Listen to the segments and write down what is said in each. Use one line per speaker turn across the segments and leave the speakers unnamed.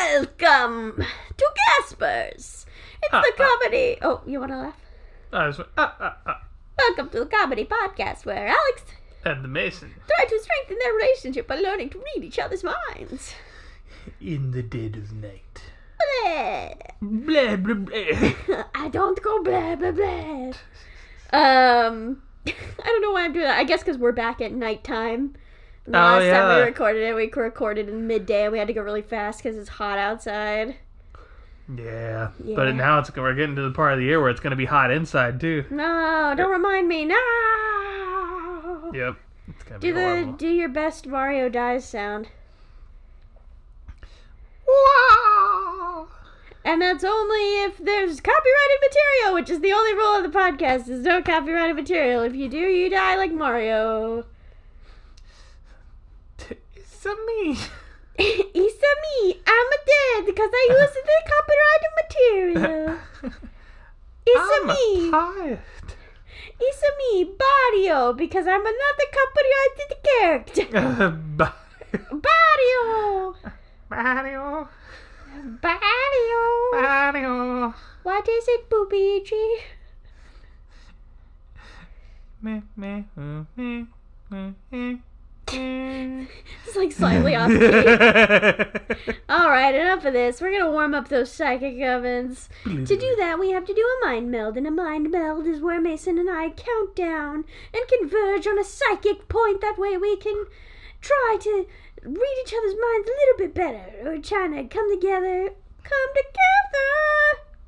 Welcome to Gaspers. It's
Ah,
the
ah.
comedy. Oh, you want to laugh?
I was, ah, ah, ah.
Welcome to the comedy podcast where Alex
And the Mason.
try to strengthen their relationship by learning to read each other's minds.
In the dead of night.
Bleh.
Blah, blah, blah.
I don't go blah blah blah. Um, I don't know why I'm doing that. I guess because we're back at nighttime. And the
Oh,
last time we
yeah.
recorded it, we recorded in midday, and we had to go really fast because it's hot outside.
yeah.
Yeah.
But now it's we're getting to the part of the year where it's going to be hot inside, too.
No, don't remind me. No.
Yep. It's going to be
Do the
horrible.
do your best Mario dies sound,
Wow.
and that's only if there's copyrighted material, which is the only rule of the podcast: is no copyrighted material. If you do, you die like Mario.
It's a me.
it's a me. I'm a dead because I used the copyrighted material. It's a
I'm
me.
tired.
It's a me, Barrio, because I'm another copyrighted character.
Bye.
Barrio,
Mario.
Barrio.
Mario.
What is it, Boobichi?
Me, me, uh, me, me, eh, eh.
It's like slightly off key. All right, enough of this. We're gonna warm up those psychic ovens. To do that, we have to do a mind meld, and a mind meld is where Mason and I count down and converge on a psychic point. That way, we can try to read each other's minds a little bit better. We're trying to come together, come together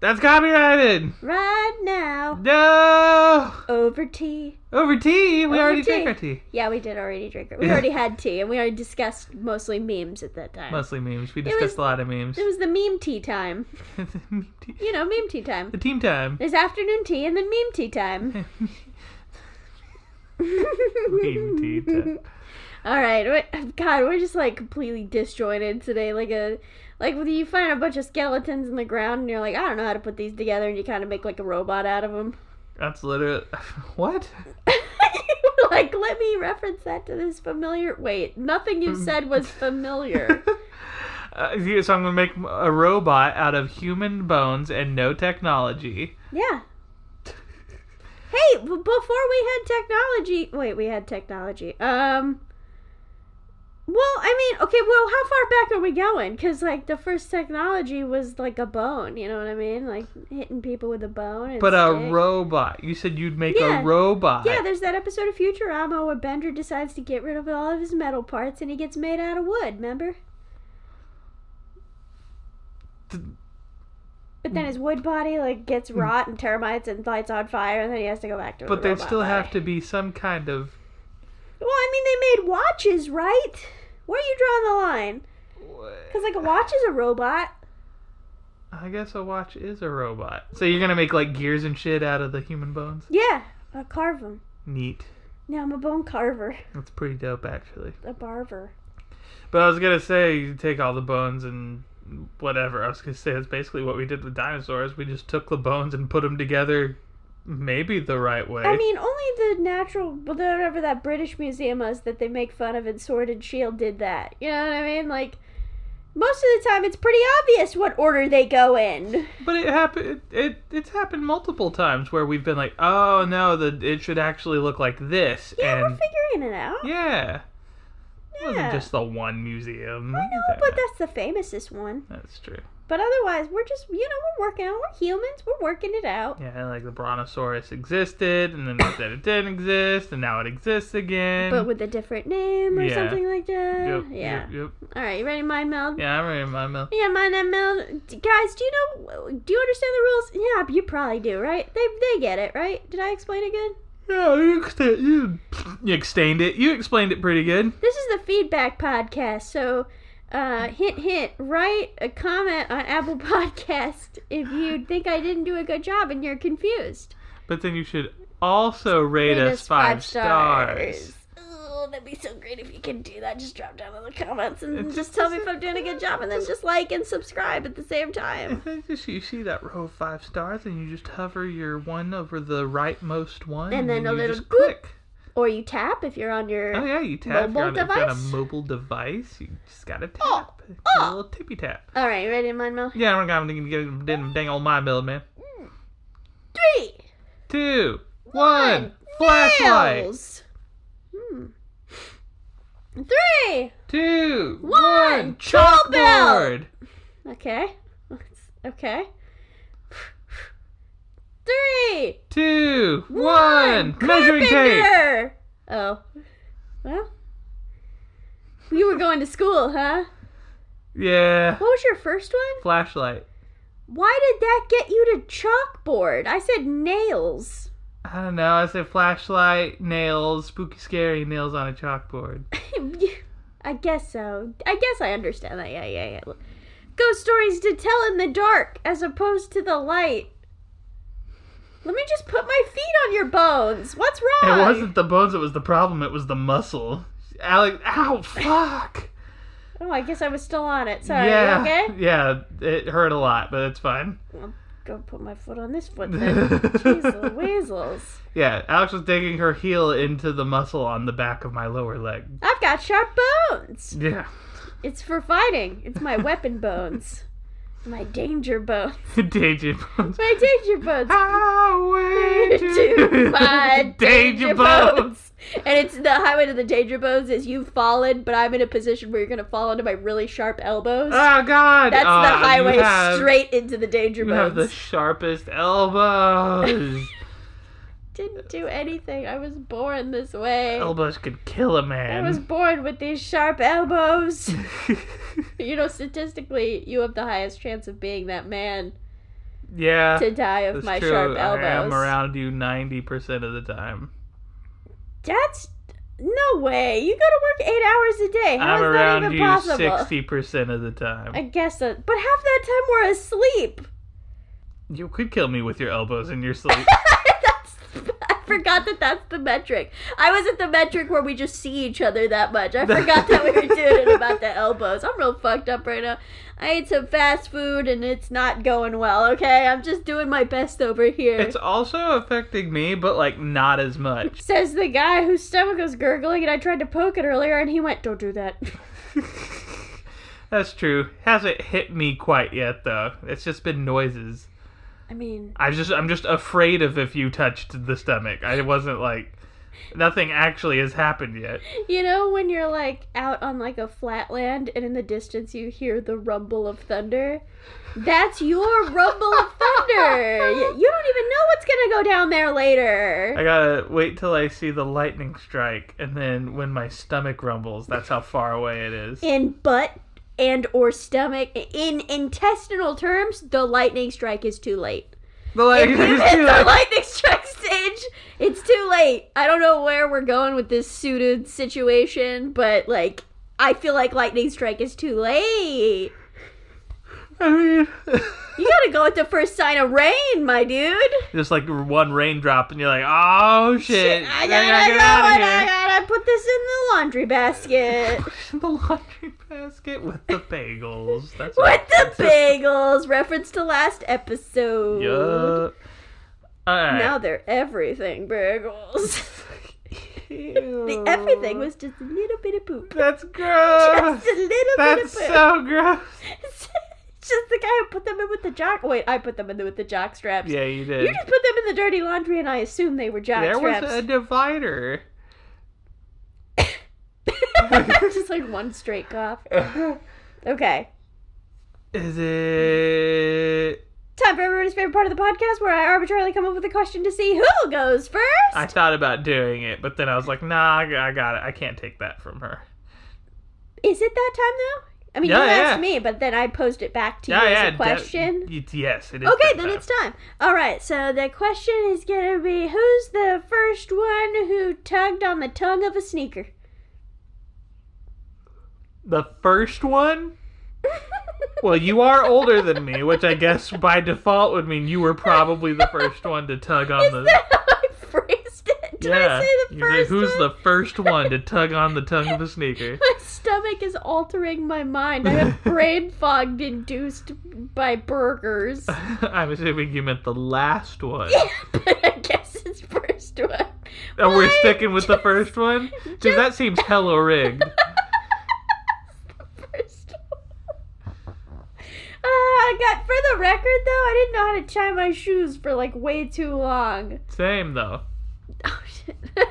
That's copyrighted.
right now.
No.
Over tea.
Over tea. We
Over
already
tea.
drank our tea.
Yeah, we did already drink it. We already had tea, and we already discussed mostly memes at that time.
Mostly memes. We
was-
discussed a lot of memes.
It was the meme tea time.
Meme tea.
You know, meme tea time.
the team time.
There's afternoon tea and then meme tea time.
meme tea time.
All right, we- God, we're just like completely disjointed today. Like a, like when you find a bunch of skeletons in the ground and you're like, I don't know how to put these together, and you kind of make like a robot out of them.
That's literally what?
like, let me reference that to this familiar. Wait, nothing you said was familiar.
Uh, here- so I'm gonna make a robot out of human bones and no technology.
yeah. Hey, b- before we had technology. Wait, we had technology. Um. Well, I mean, okay. Well, how far back are we going? Because like the first technology was like a bone. You know what I mean? Like hitting people with a bone. And
But a
stick.
robot. You said you'd make
Yeah.
a robot.
Yeah, there's that episode of Futurama where Bender decides to get rid of all of his metal parts and he gets made out of wood, remember?
Th-
But then his wood body like gets rot and termites and lights on fire and then he has to go back to
Hmm. but there
there
still have to be some kind of.
Well, I mean they made watches, right? Where are you drawing the line? Cuz like a watch is a robot.
I guess a watch is a robot. So you're gonna make like gears and shit out of the human bones?
Yeah, I carve them.
Neat.
Now I'm a bone carver,
That's pretty dope, actually.
a barber.
But I was gonna say you take all the bones and whatever. I was gonna say that's basically what we did with dinosaurs. We just took the bones and put them together, maybe the right way.
I mean, only the natural, whatever that British museum was that they make fun of in Sword and Shield did that. You know what I mean? Like, most of the time it's pretty obvious what order they go in.
but it happened. It, it it's happened multiple times where we've been like, oh no, the it should actually look like this,
Yeah, we're
and
figuring it out.
yeah. It
Yeah.
wasn't just the one museum.
I know, but that's the famousest one.
that's true.
But otherwise, we're just, you know, we're working on, we're humans, we're working it out.
Yeah, like the Brontosaurus existed, and then they said it didn't exist, and now it exists again.
But with a different name or
Yeah.
something like that.
yep,
yeah.
yep, yep.
All right, you ready, mind meld?
Yeah, I'm ready to mind meld.
Yeah, mind that meld. D- Guys, do you know? Do you understand the rules? Yeah, you probably do, right? They they get it, right? Did I explain it good?
Yeah, you, exta- you, you extained it. You explained it pretty good.
This is the feedback podcast, so uh, hint, hint, write a comment on Apple Podcast if you think I didn't do a good job and you're confused.
But then you should also rate,
Rate
us five, stars.
Oh, that'd be so great if you could do that. Just drop down in the comments and just tell me if I'm doing a good job, and then just like and subscribe at the same time.
And then just you see that row of five stars, and you just hover your one over the rightmost one,
And then a
you
little
just
boop.
click.
Or you tap if you're on your.
Oh yeah, you tap.
Mobile
Mobile you're, on, a- if you're on
device?
a mobile device. You just gotta tap.
Oh,
A
oh.
little tippy tap.
All right, ready to mind meld?
Yeah, I'm gonna get him dang dang old mind build, man.
Three,
Two, one,
one,
flashlight.
nails. Hmm. Three.
Two,
One,
one,
chalk belt.
chalkboard.
Okay. Okay. Three.
Two, one, measuring tape.
carpenter. Oh. Well. You were going to school, huh?
Yeah,
What was your first one?
flashlight.
Why did that get you to chalkboard? I said nails.
I don't know. I said flashlight, nails, spooky, scary nails on a chalkboard.
I guess so. I guess I understand that. Yeah, yeah, yeah. Ghost stories to tell in the dark as opposed to the light. Let me just put my feet on your bones. What's
It
wrong?
wasn't the bones that was the problem. It was the muscle. Alex, ow, fuck.
Oh, I guess I was still on it. Sorry.
yeah,
Okay.
yeah, it hurt a lot, but it's fine.
Go put my foot on this foot then. Jeez weasels.
yeah, Alex was digging her heel into the muscle on the back of my lower leg.
I've got sharp bones.
Yeah,
It's for fighting. It's my weapon bones. My danger bones.
danger bones.
My danger bones.
Highway
to my danger
bones.
bones. And it's the highway to the danger bones is you've fallen, but I'm in a position where you're gonna fall into my really sharp elbows.
Oh God!
That's
Aw,
the highway
you have-
straight into the danger
You have
bones.
the sharpest elbows.
Didn't do anything. I was born this way.
elbows could kill a
I
man.
was born with these sharp elbows. you know, statistically, you have the highest chance of being that man
yeah,
to die of
Uh, that's
my
true.
sharp
I am
elbows.
around you ninety percent of the time.
That's no way. You go to work eight hours a day. How
I'm
is
around
that even
you
possible?
sixty percent of the time.
I guess that. But half that time we're asleep.
You could kill me with your elbows in your sleep.
that's. I forgot that that's the metric. I was at the metric where we just see each other that much. I forgot that we were doing it about the elbows. I'm real fucked up right now. I ate some fast food and it's not going well. Okay, I'm just doing my best over here.
it's also affecting me, but like not as much.
Says the guy whose stomach was gurgling and I tried to poke it earlier and he went, "Don't do that."
That's true. Hasn't hit me quite yet though. It's just been noises.
I mean,
I just I'm just afraid of if you touched the stomach. I wasn't like nothing actually has happened yet.
You know when you're like out on like a flat land and in the distance you hear the rumble of thunder? That's your rumble of thunder. Y- You don't even know what's going to go down there later.
I gotta wait till I see the lightning strike and then when my stomach rumbles, that's how far away it is.
In butt and or stomach in intestinal terms, the lightning strike is too late.
The
If
lightning
you
is too
hit the
loud.
lightning strike stage, it's too late. I don't know where we're going with this suited situation, but like I feel like lightning strike is too late.
I mean
You gotta go with the first sign of rain, my dude.
just like one raindrop and you're like, Oh shit,
I
I
gotta
gotta
go and
get out of
I
here.
gotta put this in the laundry basket.
In the laundry basket with the bagels. That's
with
what
the bagels. Reference to last episode.
Yup. Alright.
Now they're everything bagels. the
Ew.
everything was just a little bit of poop.
That's gross.
Just a little
Ah, That's
bit of
so gross.
poop. It's just the guy who put them in with the jock. Wait, I put them in with the jock straps.
Yeah, you did.
You just put them in the dirty laundry, and I assume they were jock
there
straps.
was a divider.
just like one straight cough. Okay.
Is it?
Time for everybody's favorite part of the podcast where I arbitrarily come up with a question to see who goes first.
I thought about doing it, but then I was like, Nah, I I got it. I can't take that from her.
Is it that time though? I mean,
Yeah,
you asked
yeah.
me, but then I posed it back to you as a
de-
question.
y- yes, it is.
okay,
that
then
time.
it's time. All right, so the question is going to be who's the first one who tugged on the tongue of a sneaker?
the first one. Well, you are older than me, which I guess by default would mean you were probably the first one to tug on
is
the.
that how I phrased it? Did
yeah,
I say the
you said,
first
who's
one?
the first one to tug on the tongue of a sneaker?
My stomach is altering my mind. I have brain fog induced by burgers.
I'm assuming you meant the last one.
but I guess it's first one.
And we're
What?
sticking with the
Just-
first one? Because
just-
that seems hella rigged.
First one. Uh, I got for the record though, I didn't know how to tie my shoes for like way too long.
Same, though.
Oh shit.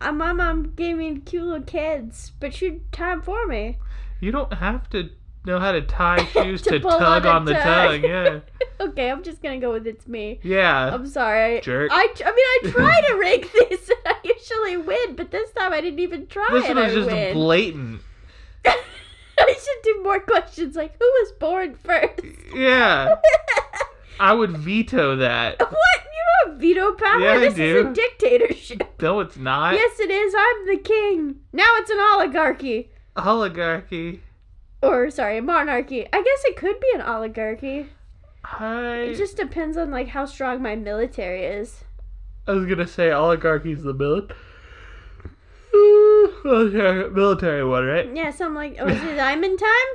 Uh, my mom gave me cute little kids, but she tied 'em for me.
You don't have to know how to tie shoes to,
To pull
tug
on a
on the
tug.
tongue. Yeah.
Okay, I'm just gonna go with it's me.
Yeah.
I'm sorry.
Jerk.
I, tr- I mean, I try to rig this, and I usually win, but this time I didn't even try.
this
and
one was
I
just
win.
blatant.
I should do more questions like who was born first?
Yeah. I would veto that.
what? You don't have veto power?
Yeah, I
this is
do.
a dictatorship.
No, it's not.
yes, it is. I'm the king. Now it's an oligarchy.
Oligarchy.
Or, sorry, a monarchy. I guess it could be an oligarchy.
I,
It just depends on, like, how strong my military is.
I was gonna say oligarchy's the mil- military military one, right?
Yeah, so I'm like, oh, is it I'm in time?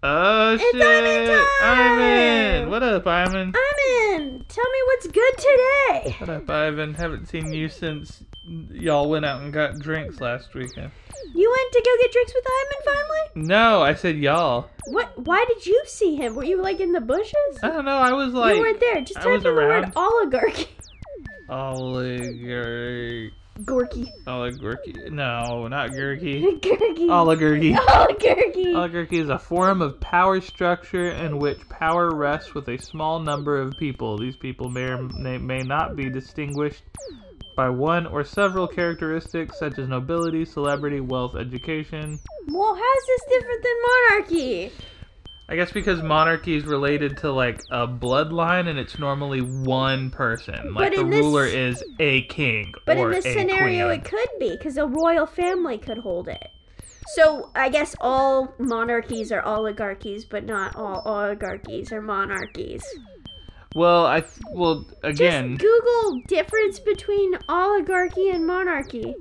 Oh
It's
shit!
Iman time!
Ivan! What up, Ivan?
I'm in. Tell me what's good today.
What up, Ivan? Haven't seen you since y'all went out and got drinks last weekend.
You went to go get drinks with Iman finally?
No, I said y'all.
What? Why did you see him? Were you, like, in the bushes?
I don't know. I was like
you weren't there. Just
I
type in
was
the word
around.
oligarchy.
oligarchy.
Gorky.
Oligarchy. No, not gurky.
Gorky.
Oligarchy.
Oh, Oligarchy.
Oligarchy is a form of power structure in which power rests with a small number of people. These people may or may, may not be distinguished by one or several characteristics such as nobility, celebrity, wealth, education.
Well, how's this different than monarchy?
I guess because monarchy is related to like a bloodline and it's normally one person. Like
But
the
in this-
ruler is a king
But
or
in this
a
scenario,
queen.
it could be because a royal family could hold it. So I guess all monarchies are oligarchies, but not all oligarchies are monarchies.
Well, I th- well
Just
again
Google difference between oligarchy and monarchy.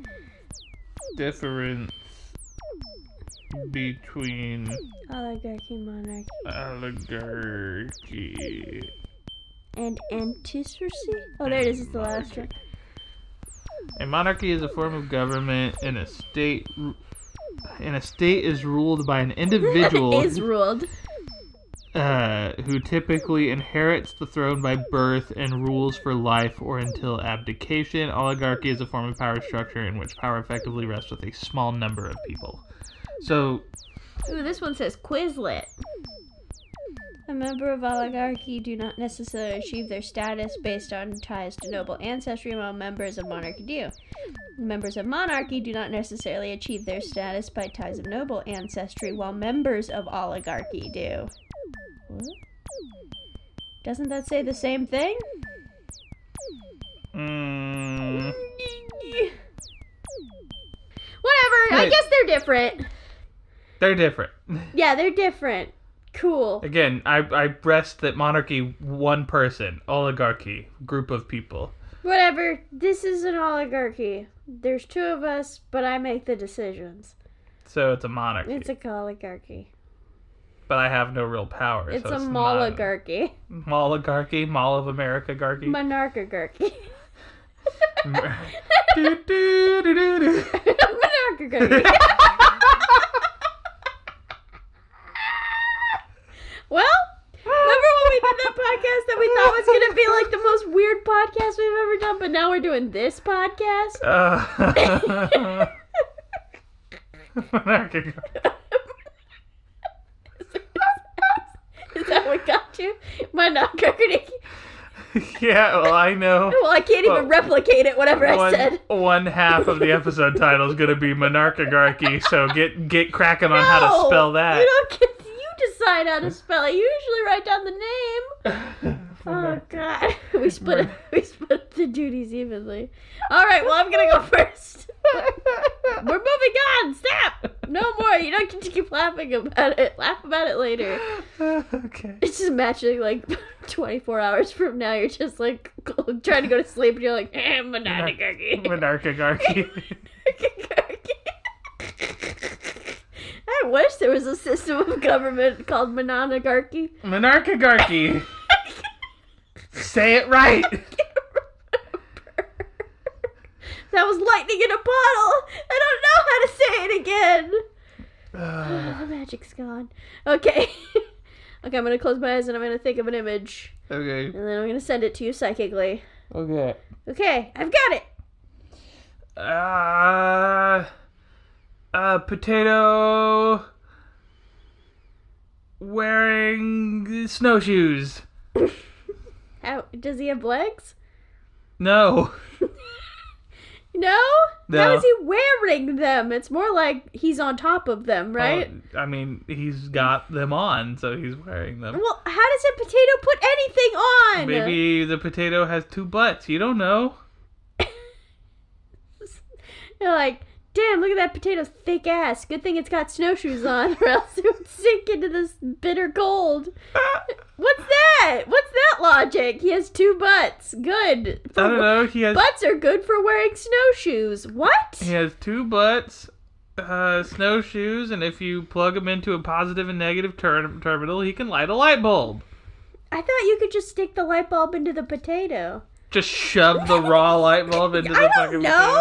difference between
Oligarchy, monarchy,
oligarchy.
and antithesis. Oh, there it is. It's the last one.
A monarchy is a form of government in a state. ru- And a state is ruled by an individual
is ruled.
uh, who typically inherits the throne by birth and rules for life or until abdication. Oligarchy is a form of power structure in which power effectively rests with a small number of people. So,
Ooh, this one says Quizlet. A member of oligarchy do not necessarily achieve their status based on ties to noble ancestry, while members of monarchy do. Members of monarchy do not necessarily achieve their status by ties of noble ancestry, while members of oligarchy do. What? Doesn't that say the same thing?
mm,
Whatever, I
Right.
guess they're different.
they're different.
Yeah, they're different. Cool.
Again, I, I rest that monarchy, one person, oligarchy, group of people.
Whatever. This is an oligarchy. There's two of us, but I make the decisions.
So it's a monarchy.
It's a oligarchy.
but I have no real power.
It's
so
a
it's
moligarchy.
Not a, moligarchy, Mall of America garchy.
Monarchigarchy.
Do, do, do, do, do.
Monarchigarchy. well, remember when we did that podcast that we thought was going to be like the most weird podcast we've ever done, but now we're doing this podcast?
Uh, monarchy gar-
is that what got you? Monarchigarchy.
yeah, well, I know.
Well, I can't even
Well,
replicate it, whatever I
One,
said.
one half of the episode title is going to be monarchigarchy, so get get cracking on how to
No!
spell
You
that.
don't get. You decide how to spell it. You usually write down the name. Oh God, we split up, we split up the duties evenly. All right, well I'm gonna go first. We're moving on. Stop. No more. You don't get to keep laughing about it. Laugh about it later.
okay.
It's just matching like 24 hours from now. You're just like trying to go to sleep and you're like, eh, monarchy.
Monarchigarchy.
I wish there was a system of government called monarchy.
Monarchigarchy. Say it right.
That was lightning in a bottle. I don't know how to say it again. Oh,
Ah,
the magic's gone. Okay. okay, I'm gonna close my eyes and I'm gonna think of an image.
okay.
And then I'm gonna send it to you psychically.
Okay.
Okay, I've got it.
Uh, a potato wearing snowshoes.
How does he have legs?
No.
No? How
No.
is he wearing them? It's more like he's on top of
Oh,
them, right?
Well, I mean, he's got them on, so he's wearing them.
Well, how does a potato put anything on?
Maybe the potato has two butts. You don't know.
They're like, damn, look at that potato's thick ass. Good thing it's got snowshoes on, or else it would sink into this bitter cold. What's that? What's that logic? He has two butts. Good. For,
I don't know. He has
Butts are good for wearing snowshoes. What?
he has two butts, uh, snowshoes, and if you plug him into a positive and negative ter- terminal, he can light a light bulb.
I thought you could just stick the light bulb into the potato.
Just shove the raw light bulb into the
I
fucking
don't know.
potato.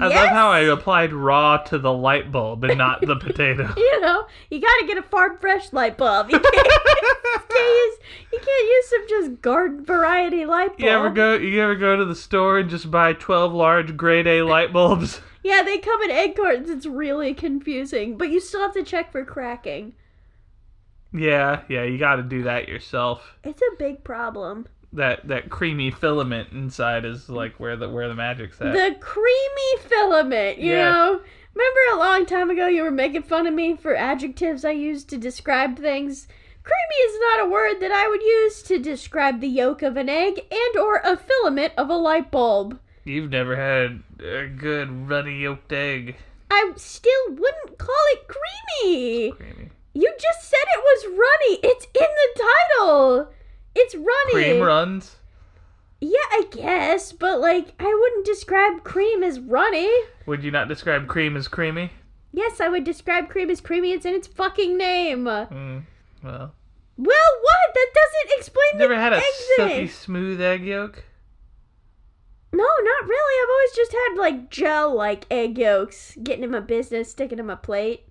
I love
Yes.
how I applied raw to the light bulb and not the potato.
You know, you gotta get a farm fresh light bulb. You can't, you can't use you can't use some just garden variety light bulb.
You ever go? You ever go to the store and just buy twelve large grade A light bulbs?
Yeah, they come in egg cartons. It's really confusing, but you still have to check for cracking.
Yeah, yeah, you got to do that yourself.
It's a big problem.
That that creamy filament inside is like where the where the magic's at.
The creamy filament, you
Yeah.
know. Remember a long time ago you were making fun of me for adjectives I used to describe things? Creamy is not a word that I would use to describe the yolk of an egg and or a filament of a light bulb.
You've never had a good runny yolked egg,
I still wouldn't call it creamy.
creamy.
You just said it was runny. It's in the title. It's runny.
Cream runs.
Yeah, I guess, but like, I wouldn't describe cream as runny.
Would you not describe cream as creamy?
Yes, I would describe cream as creamy. It's in its fucking name. Well,
Mm, well,
what? That doesn't explain
never
the
had a
egg
silky
thing.
smooth egg yolk.
No, not really. I've always just had like gel like egg yolks, getting in my business, sticking in my plate,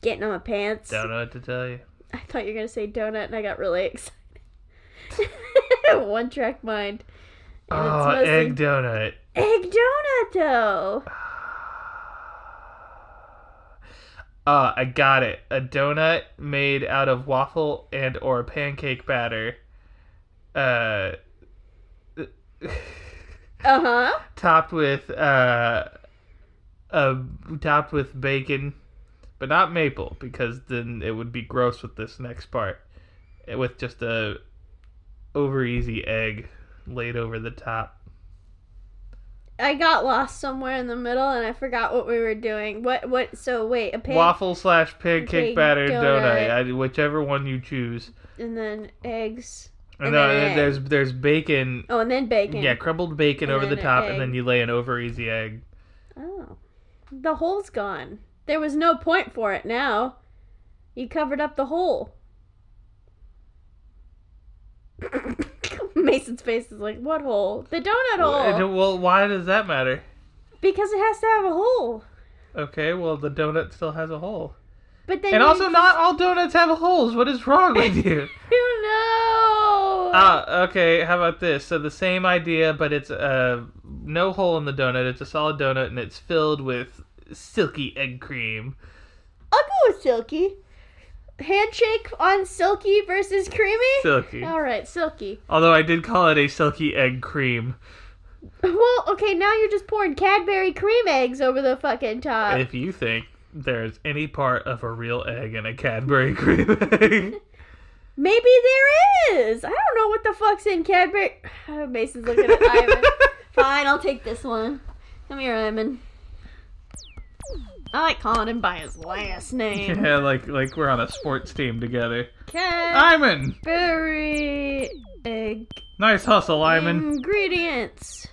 getting on my pants.
Don't know what to tell you.
I thought you were gonna say donut, and I got really excited. One track mind. And it's
Oh,
mostly-
egg donut.
Egg donut though.
Ah, I got it. A donut made out of waffle and or pancake batter. Uh,
Uh huh.
topped with uh, uh, topped with bacon, but not maple because then it would be gross with this next part. Eh, With just a over easy egg laid over the top.
I got lost somewhere in the middle and I forgot what we were doing. What what so wait, a pan
Waffle slash
pancake
pancake batter donut,
donut.
I- whichever one you choose.
and then eggs.
And
And
no, eh,
then egg.
there's there's bacon
Oh, and then bacon.
Yeah, crumbled bacon
And
over the
then an
top,
egg.
and then you lay an over easy egg.
Oh. The hole's gone. There was no point for it now. You covered up the hole. Mason's face is like, "What hole? The donut
Well,
hole."
it- Well, why does that matter?
Because it has to have a hole.
Okay, well, the donut still has a hole.
But then
And
you-
also, not all donuts have holes. What is wrong with you?
you know.
Ah, okay, how about this? So, the same idea, but it's uh, no hole in the donut. It's a solid donut, and it's filled with silky egg cream.
I'll go with silky. Handshake on silky versus creamy.
Silky.
All right, silky.
Although, I did call it a silky egg cream.
Well, okay, now you're just pouring Cadbury cream eggs over the fucking top.
If you think there's any part of a real egg in a Cadbury cream egg.
Maybe there is. I don't know what the fuck's in Cadbury. Oh, Mason's looking at Ivan. Fine, I'll take this one. Come here, Ivan. I like calling him by his last name.
Yeah, like like we're on a sports team together.
Cadbury
Lyman,
egg
nice hustle, Lyman.
Ingredients.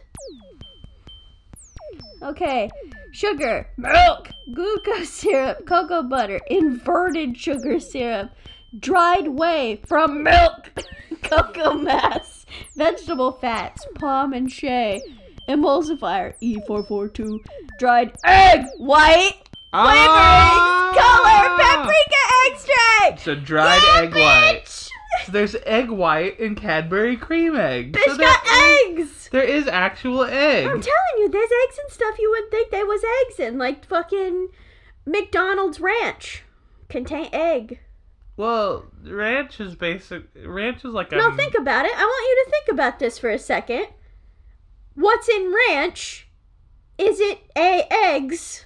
Okay, sugar, milk, glucose syrup, cocoa butter, inverted sugar syrup, dried whey from milk, cocoa mass, vegetable fats, palm and shea, emulsifier E E442, dried egg white, flavorings, color,
Ah!
paprika extract.
So dried
Yeah,
egg white.
bitch!
So there's egg white and Cadbury cream egg.
Bitch
so there,
got Oh, eggs.
there is actual
I'm
egg.
telling you, there's eggs and stuff you wouldn't think there was eggs in, like fucking McDonald's Ranch. Contain egg.
Well, ranch is basic. Ranch is like a.
No, think about it. I want you to think about this for a second. What's in ranch? Is it A, eggs,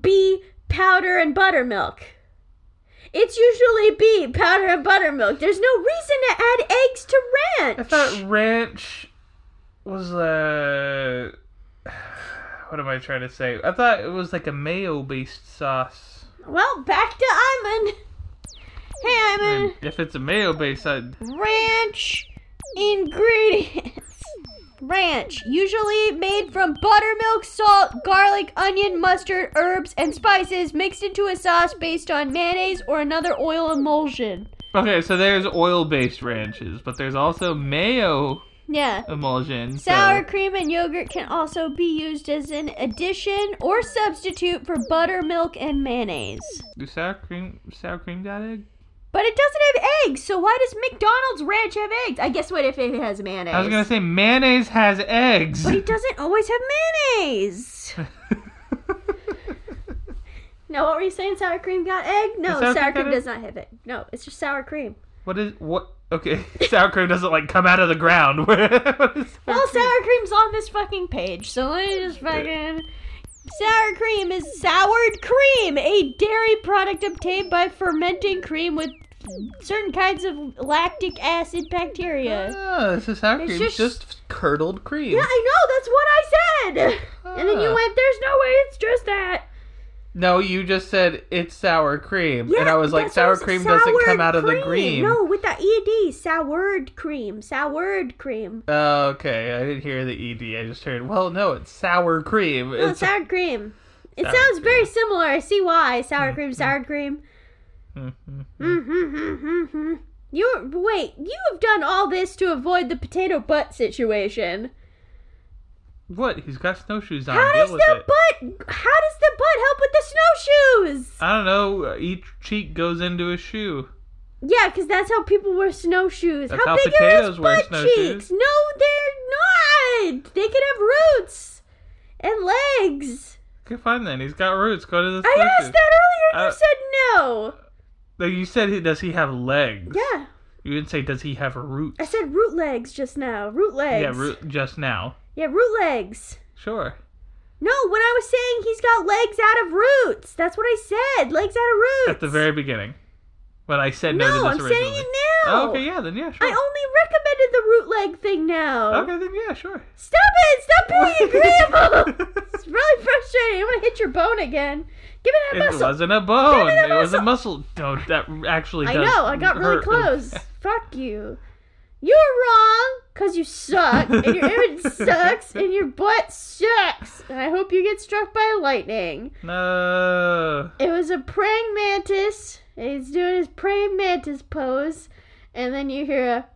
B, powder and buttermilk? It's usually B, powder and buttermilk. There's no reason to add eggs to ranch.
I thought ranch was a. What am I trying to say? I thought it was like a mayo-based sauce.
Well, back to Iman. Hey, Iman.
And if it's a mayo-based, I,
Ranch ingredients. Ranch, usually made from buttermilk, salt, garlic, onion, mustard, herbs, and spices mixed into a sauce based on mayonnaise or another oil emulsion.
okay, so there's oil-based ranches, but there's also mayo
Yeah.
emulsion. so-
Sour cream and yogurt can also be used as an addition or substitute for buttermilk and mayonnaise.
Do sour cream sour cream got egg?
But it doesn't have eggs, so why does McDonald's ranch have eggs? I guess what if it has mayonnaise?
I was gonna say mayonnaise has eggs.
But it doesn't always have mayonnaise. No, what were you saying? Sour cream got egg? No,
Does sour cream
sour, cream
got
does not have egg. No, it's just sour cream.
what is what? Okay, sour cream doesn't like come out of the ground. What is-
Well, sour cream's on this fucking page, so let me just fucking. Sour cream is soured cream, a dairy product obtained by fermenting cream with certain kinds of lactic acid bacteria.
Ah, this is sour
It's
cream. It's
just-
just, curdled cream.
Yeah, I know, that's what I said! And then you
Ah.
went, there's no way it's just that.
No, you just said it's sour cream,
Yeah,
and I was like,
that's what I
sour
was-
cream doesn't come
soured
out of the cream.
cream. No, with the ED, soured cream, soured cream.
Oh, okay, I didn't hear the ed. I just heard. Well, no, it's sour cream.
No,
it's
sour cream. It
Sour Mm-hmm.
sounds very similar. I see why. Sour cream, sour cream.
Mhm.
Mm-hmm. You wait. You have done all this to avoid the potato butt situation.
what? He's got snowshoes on.
How
Deal
does
with
the
it.
butt? How does the butt help with the snowshoes?
I don't know. Each cheek goes into a shoe.
Yeah, because that's how people wear snowshoes.
That's
how,
how
big are those
potatoes wear
butt cheeks?
snowshoes.
No, they're not. They can have roots and legs.
Okay, fine then. He's got roots. Go to the
I
snowshoe.
asked that earlier. and
Uh,
you said no.
No, you said, he- does he have legs?
Yeah,
You didn't say, does he have roots?
I said root legs just now. Root legs.
Yeah, root just now.
Yeah, root legs.
Sure.
No, when I was saying he's got legs out of roots, that's what I said. Legs out of roots.
At the very beginning. When I said no,
No,
to
I'm
this originally.
saying it now.
Oh, okay, yeah, then yeah,
I
sure.
only recommended the root leg thing now.
Okay, then yeah, sure.
Stop it! Stop being agreeable. it's really frustrating. I'm gonna hit your bone again. Give me that
It
muscle.
wasn't a bone.
Give me
It
the
was a muscle. No, that actually
I
does
know. I got really
hurt.
close. Fuck you. You're wrong because you suck, and your image sucks, and your butt sucks. And I hope you get struck by lightning.
No.
It was a praying mantis. and He's doing his praying mantis pose, and then you hear a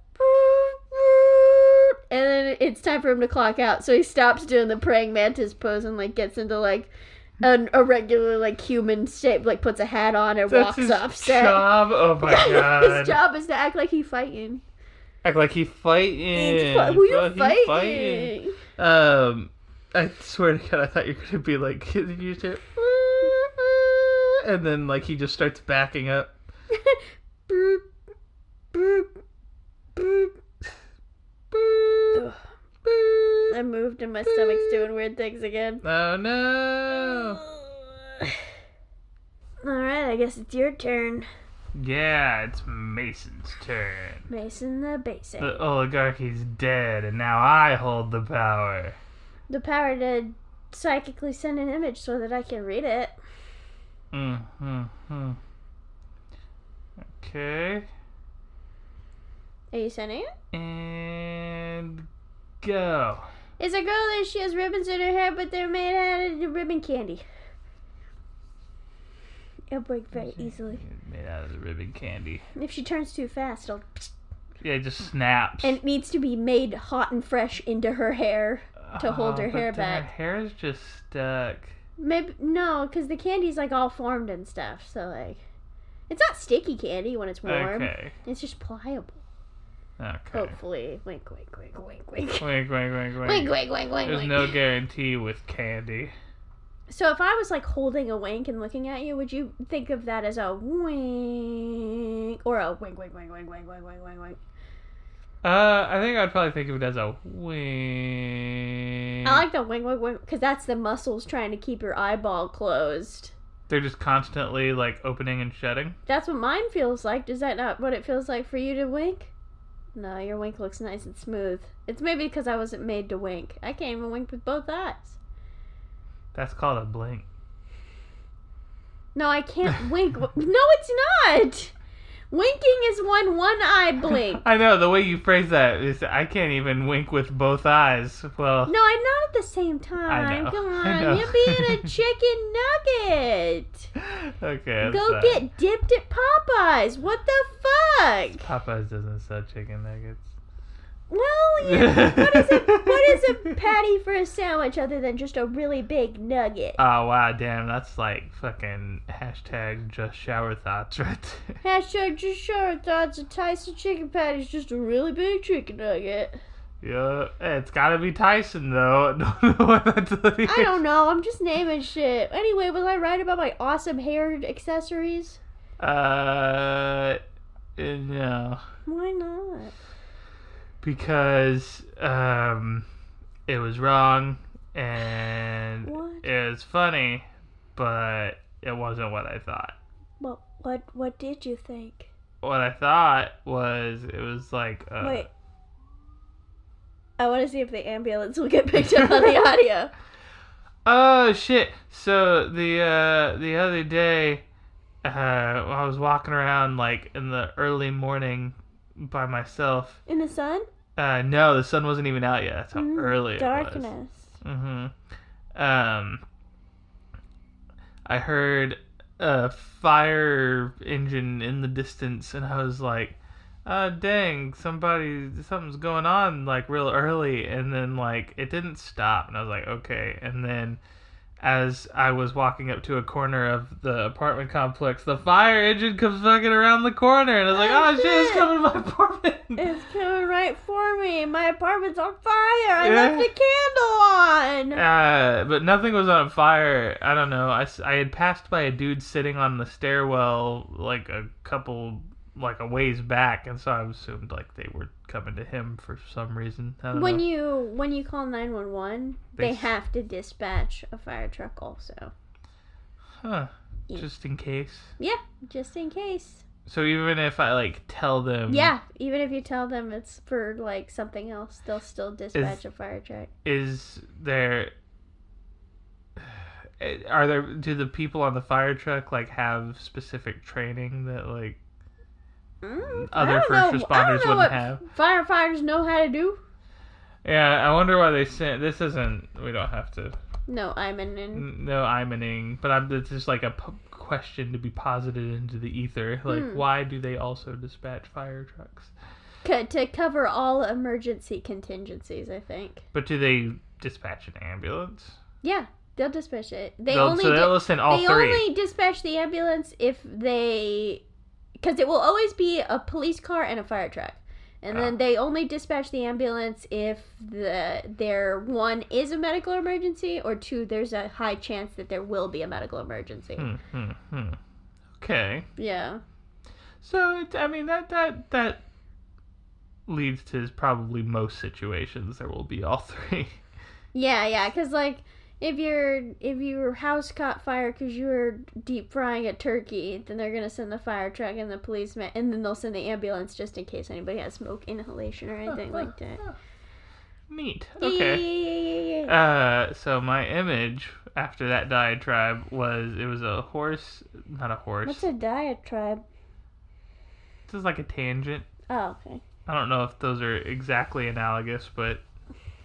and then it's time for him to clock out. So he stops doing the praying mantis pose and like gets into like an a regular like human shape, like puts a hat on and
That's
walks
his
off set.
job. Oh my
his
god.
job is to act like he fighting.
Act like he
He's
fighting.
fi- who
Oh,
you
he
fighting?
Um, I swear to God, I thought you were gonna be like, you just, and then like he just starts backing up.
Boop, boop, boop.
Boop,
Ugh.
boop.
I moved and my stomach's doing weird things again.
Oh no!
Alright, I guess it's your turn.
Yeah, it's Mason's turn.
Mason the basic.
The oligarchy's dead, and now I hold the power.
the power to psychically send an image so that I can read it.
Mm, mm, mm. Okay,
Are you sending it?
and go.
It's a girl that she has ribbons in her hair, but they're made out of ribbon candy. It'll break very easily.
Made out of the ribbon candy.
If she turns too fast, it'll.
Yeah, it just snaps.
And it needs to be made hot and fresh into her hair. to hold
Oh,
her
but
hair
then
back.
Her hair is just stuck.
Maybe no, because the candy's like all formed and stuff. So like, it's not sticky candy when it's warm. Oh.
Okay.
It's just pliable.
Okay.
Hopefully, wink, wink, wink, wink, wink,
Wink, wink, wink, wink.
wink, wink, wink, wink.
There's
wink.
no guarantee with candy.
So if I was like holding a wink and looking at you, would you think of that as a wink or a wink, wink, wink, wink, wink, wink, wink, wink, wink?
Uh, I think I'd probably think of it as a wink.
I like the wink, wink, wink because that's the muscles trying to keep your eyeball closed.
They're just constantly like opening and shutting.
That's what mine feels like. Does that not what it feels like for you to wink? No, your wink looks nice and smooth. It's maybe because I wasn't made to wink. I can't even wink with both eyes.
That's called a blink.
No, I can't wink. wi- No, it's not. Winking is when one eye blinks.
I know the way you phrase that is I can't even wink with both eyes. Well,
No, I'm not at the same time.
know.
Come
I
on,
know.
you're being a chicken nugget.
okay. I'm
Go
sorry.
get dipped at Popeyes. What the fuck?
Popeyes doesn't sell chicken nuggets.
Well, yeah. what is a what is a patty for a sandwich other than just a really big nugget?
Oh wow, damn, that's like fucking hashtag just shower thoughts right there.
Hashtag just sure thoughts of Tyson chicken patties, just a really big chicken nugget.
Yeah, it's gotta be Tyson though. I don't know what that's
I don't know, I'm just naming shit. Anyway, was I right about my awesome hair accessories?
Uh, eh, no,
Why not?
because um, it was wrong and
What?
it was funny, but it wasn't what I thought.
What what what did you think?
What I thought was it was like uh,
Wait. I want to see if the ambulance will get picked up on the audio.
Oh shit! So the uh, the other day, uh, I was walking around like in the early morning by myself.
In the sun?
Uh, no, the sun wasn't even out yet. That's how
Mm,
early it was.
Darkness.
Mm-hmm. Um, I heard a fire engine in the distance, and I was like, "Uh, dang, somebody, something's going on!" Like real early, and then like it didn't stop, and I was like, "Okay." And then, as I was walking up to a corner of the apartment complex, the fire engine comes fucking around the corner, and I was like,
Oh,
"Oh shit, it's
shit."
coming to my apartment!"
It's coming right for me. My apartment's on fire. I left
Yeah.
a candle on.
Uh, but nothing was on fire. I don't know. I, s- I had passed by a dude sitting on the stairwell like a couple, like a ways back, and so I assumed like they were coming to him for some reason. I don't
When
know.
you when you call nine one one,
They
they
s-
have to dispatch a fire truck also,
huh.
Yeah.
Just in case.
just in case.
So even if I like tell them,
Yeah, even if you tell them it's for like something else, they'll still dispatch a fire truck.
is there? Eh, Are there? Do the people on the fire truck like have specific training that like
Mm, I
other
don't
first
know- I don't
responders
know
wouldn't
what
have?
Firefighters know how to do.
Yeah, I wonder why they sent. This isn't. We don't have to.
No, I'm in. in
n- No, I'm inning, but I'm. It's just like a p- question to be posited into the ether. Like,
Hmm.
why do they also dispatch fire trucks?
co- to cover all emergency contingencies, I think.
But do they dispatch an ambulance?
Yeah, they'll dispatch it. They
They'll-
only
so
di-
they'll send all
they
three.
only dispatch the ambulance if they because it will always be a police car and a fire truck and then
Ah.
they only dispatch the ambulance if the there one is a medical emergency or two there's a high chance that there will be a medical emergency
Hmm, hmm, hmm. Okay,
yeah
so it, I mean that that that leads to probably most situations there will be all three.
yeah yeah because like if your if your house caught fire because you were deep frying a turkey then they're gonna send the fire truck and the policeman and then they'll send the ambulance just in case anybody has smoke inhalation or anything like that
Neat.
Yeah,
Okay.
yeah, yeah, yeah, yeah.
Uh, so my image after that diatribe was it was a horse, not a horse.
What's a diatribe?
This is like a tangent.
Oh, okay.
I don't know if those are exactly analogous, but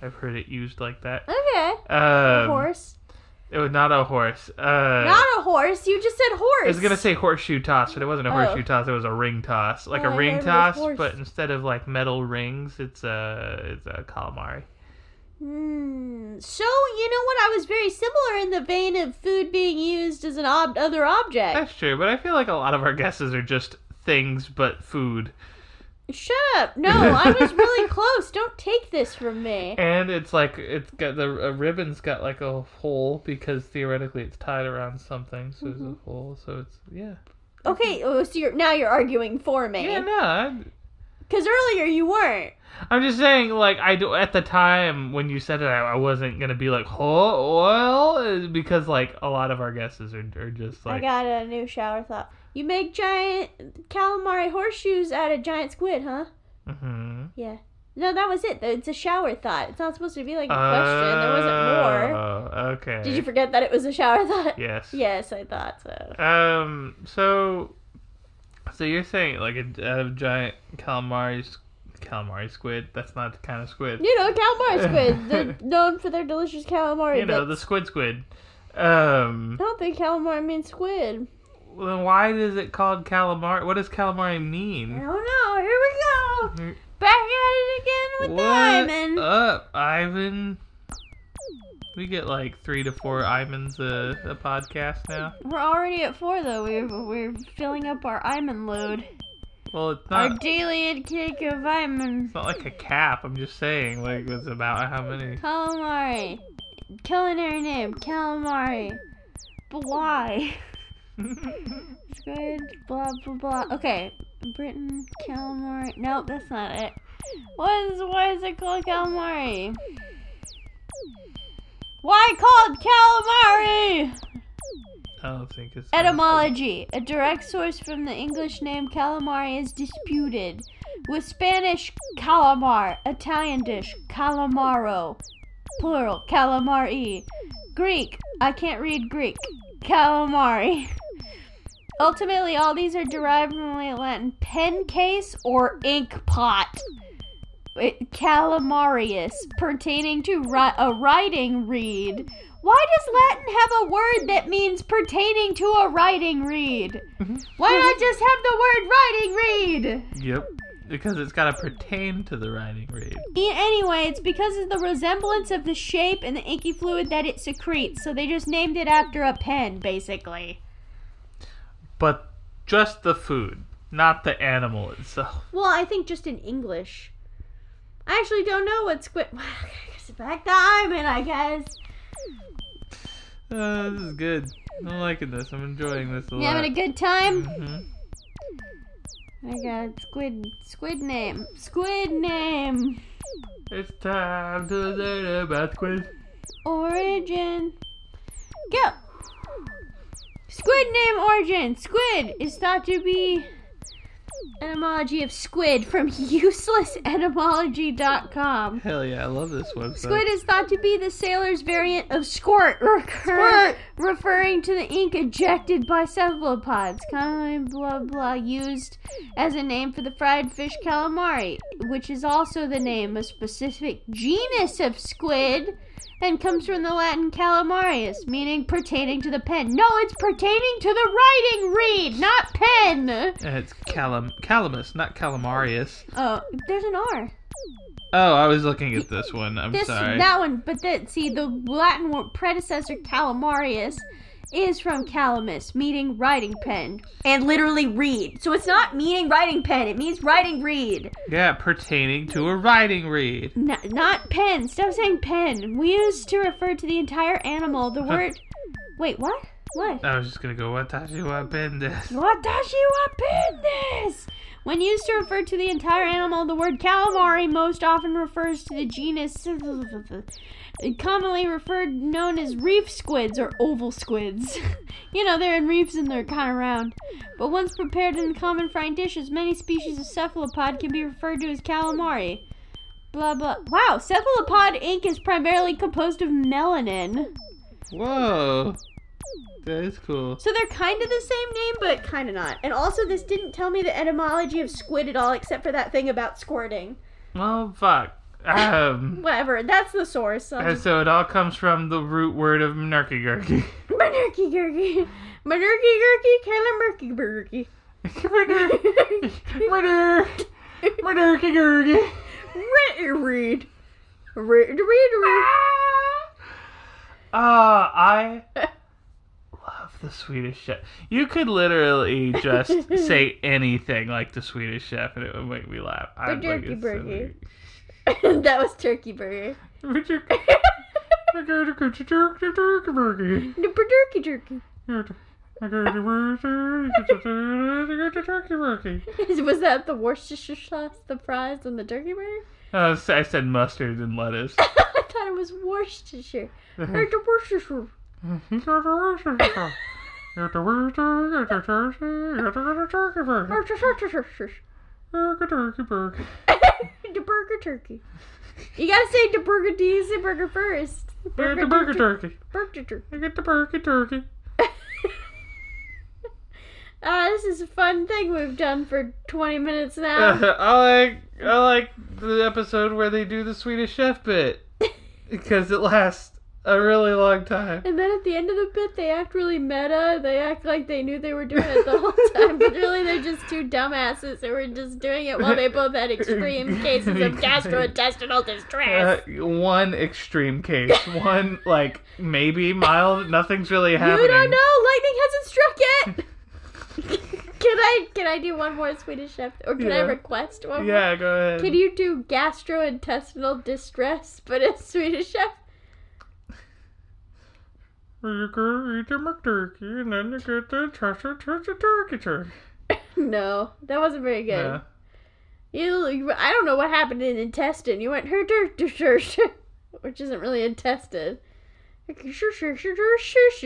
I've heard it used like that.
Okay.
Um,
a horse.
It was not a horse. Uh,
Not a horse. You just said horse.
I was gonna say horseshoe toss, but it wasn't a
Oh.
horseshoe toss. It was a ring toss, like
Oh, I
a ring
heard it was
toss,
horse.
but instead of like metal rings, it's a it's a calamari.
Hmm. So you know what? I was very similar in the vein of food being used as an ob- other object.
That's true, but I feel like a lot of our guesses are just things but food.
Shut up! No, I was really close. Don't take this from me.
And it's like it's got the a ribbon's got like a hole because theoretically it's tied around something, so there's
Mm-hmm.
a hole. So it's yeah,
Okay, oh, so you're now you're arguing for
yeah.
me
No, I,
because earlier you weren't.
I'm just saying like I do, at the time when you said it, I, I wasn't gonna be like oh oil uh, because like a lot of our guesses are are just
I
like
got a new shower thought. You make giant calamari horseshoes out of giant squid, huh?
hmm
No, that was it. though. It's a shower thought. It's not supposed to be like a question. There wasn't
Uh,
more.
Oh, Okay.
Did you forget that it was a shower thought?
Yes.
Yes, I thought so.
Um. So, so you're saying like a, a giant calamari, s- calamari squid? That's not the kind of squid.
You know, calamari squid. They're known for their delicious calamari.
you know the
bits.
squid squid. Um.
I don't think calamari means squid.
well, Then why is it called calamari? What does calamari
I
mean?
don't know. Oh, Here we go.
Mm.
Back at it again with
what Uh.
Diamond.
up, Ivan? We get like three to four Ivans a, a podcast now.
We're already at four though. We're we're filling up our Iman load.
Well, it's
Our
not.
daily intake of Iman.
It's not like a cap. I'm just saying like it's about how many.
Calamari. Culinary name, calamari. But why? Squid, blah, blah, blah. Okay. Britain, calamari. Nope, that's not it. What is, why is it called calamari? Why called calamari?
I don't think it's
Etymology. A direct source from the English name calamari is disputed. With Spanish calamar, Italian dish calamaro, plural calamari, Greek, I can't read Greek, calamari. Ultimately, all these are derived from the Latin pen case or ink pot. It- calamarius, pertaining to ri- a writing reed. Why does Latin have a word that means pertaining to a writing reed? Why not just have the word writing reed?
Yep. Because it's gotta pertain to the writing read.
E- Anyway, it's because of the resemblance of the shape and the inky fluid that it secretes, so they just named it after a pen, basically.
But just the food, not the animal itself.
Well, I think just in English. I actually don't know what squid. It's back to Iman, I guess.
Uh, this is good. I'm liking this. I'm enjoying this a
You
lot.
having a good time?
Mhm.
I got squid, squid name, squid name,
It's time to learn about quiz.
origin. Go. Squid name origin. Squid is thought to be etymology of squid from uselessetymology.com.
Hell yeah, I love this website.
Squid is thought to be the sailor's variant of squirt, recur- referring to the ink ejected by cephalopods, commonly blah blah used as a name for the fried fish calamari, which is also the name of specific genus of squid and comes from the Latin calamarius, meaning pertaining to the pen. No, it's pertaining to the writing reed, not pen.
And Uh, it's calam calamus, not calamarius.
Oh, there's an R.
Oh, I was looking at this one. I'm
this
sorry.
that one but that see the latin word predecessor calamarius is from calamus meaning writing pen and literally read so it's not meaning writing pen it means writing read
yeah, pertaining to a writing reed.
N- not pen stop saying pen we used to refer to the entire animal the word wait what what
I was just gonna go, Watashi wa this.
Watashi wa this? When used to refer to the entire animal, the word calamari most often refers to the genus commonly referred known as reef squids or oval squids. you know, they're in reefs and they're kind of round. But once prepared in common frying dishes, many species of cephalopod can be referred to as calamari. Blah blah. Wow, cephalopod ink is primarily composed of melanin.
Whoa. That is cool.
So they're kind of the same name, but kind of not. And also, this didn't tell me the etymology of squid at all, except for that thing about squirting.
Well, fuck. Um.
Whatever, that's the source.
And
Um,
so it all comes from the root word of Minerkigurky.
Manurky gurky. Manurky gurky, Kayla Murky
Murder!
burky.
Murder! Minerkigurky!
Read.
Ah, I love the Swedish chef. You could literally just say anything like the Swedish chef, and it would make me laugh. I
But Jerky
it's
Burger. that was turkey burger.
silly. Jerky-
the
jerky- jerky- jerky- jerky burger.
turkey jerky.
Jerky- jerky burger. Jerky- jerky burger.
was that the Worcestershire sauce, the fries, and the turkey burger?
Uh, so I said mustard and lettuce.
I thought it was Worcestershire.
Hmm.
Or the Worcestershire. Or the Worcestershire. the burger turkey. You gotta say the burger D is the burger first.
I get the burger turkey.
Burger turkey.
I get the burger turkey.
Ah, this is a fun thing we've done for 20 minutes now.
I like I like the episode where they do the Swedish chef bit because it lasts a really long time.
And then at the end of the bit, they act really meta. They act like they knew they were doing it the whole time, but really they're just two dumbasses who were just doing it while they both had extreme cases of gastrointestinal
Uh,
distress.
one extreme case, one like maybe mild. Nothing's really happening.
You don't know. Lightning hasn't struck yet. can I can I do one more Swedish chef, or can I
Yeah.
request one? more?
Yeah, go ahead.
Can you do gastrointestinal distress, but it's Swedish chef?
You go eat a McTurkey and then you get the Cheshire Turkey Turkey Turkey.
No, that wasn't very good.
Yeah.
You, you- I don't know what happened in intestine. You went her dirt which isn't really intestine. Yes,